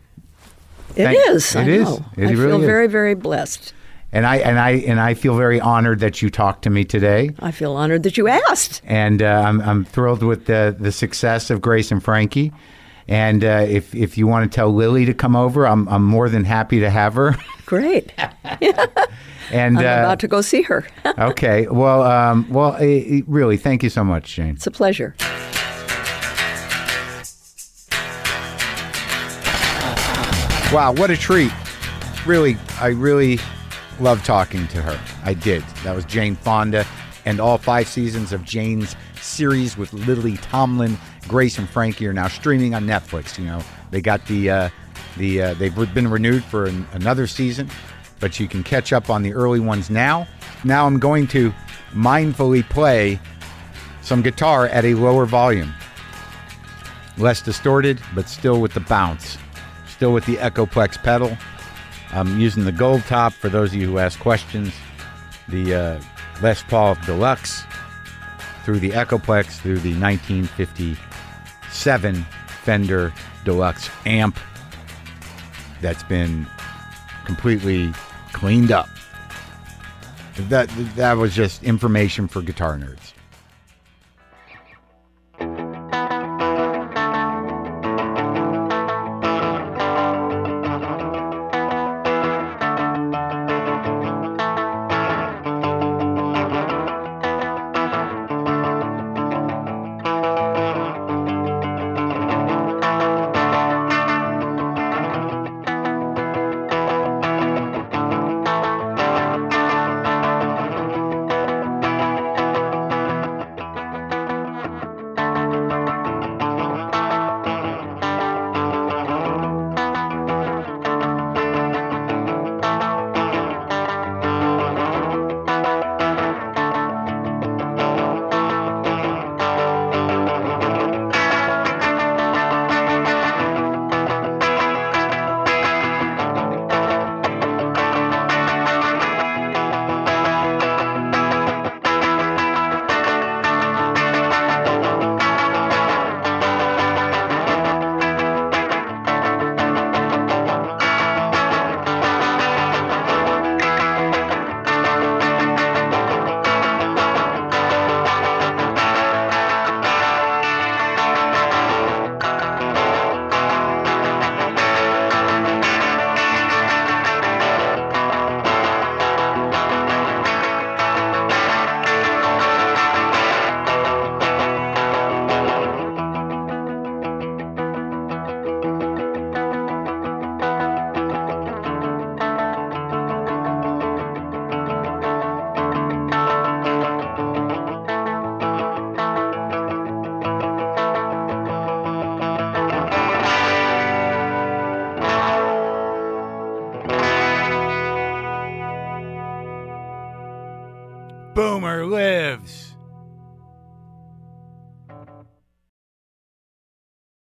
It is.
Thank-
I
it is.
know.
It
I
really
feel
is.
very, very blessed.
And I and I and I feel very honored that you talked to me today.
I feel honored that you asked.
and uh, I'm, I'm thrilled with the, the success of Grace and Frankie. And uh, if, if you want to tell Lily to come over, I'm, I'm more than happy to have her.
Great.
And
I'm
uh,
about to go see her.
okay, well, um, well, eh, eh, really, thank you so much, Shane.
it's a pleasure.
Wow, what a treat. Really, I really love talking to her. I did. That was Jane Fonda and all five seasons of Jane's series with Lily Tomlin, Grace and Frankie are now streaming on Netflix, you know. They got the uh the uh, they've been renewed for an, another season, but you can catch up on the early ones now. Now I'm going to mindfully play some guitar at a lower volume less distorted, but still with the bounce. Still with the Echoplex pedal. I'm using the gold top for those of you who ask questions. the uh, Les Paul Deluxe through the Echoplex through the 1957 Fender Deluxe amp that's been completely cleaned up. That that was just information for guitar nerds. Boomer lives.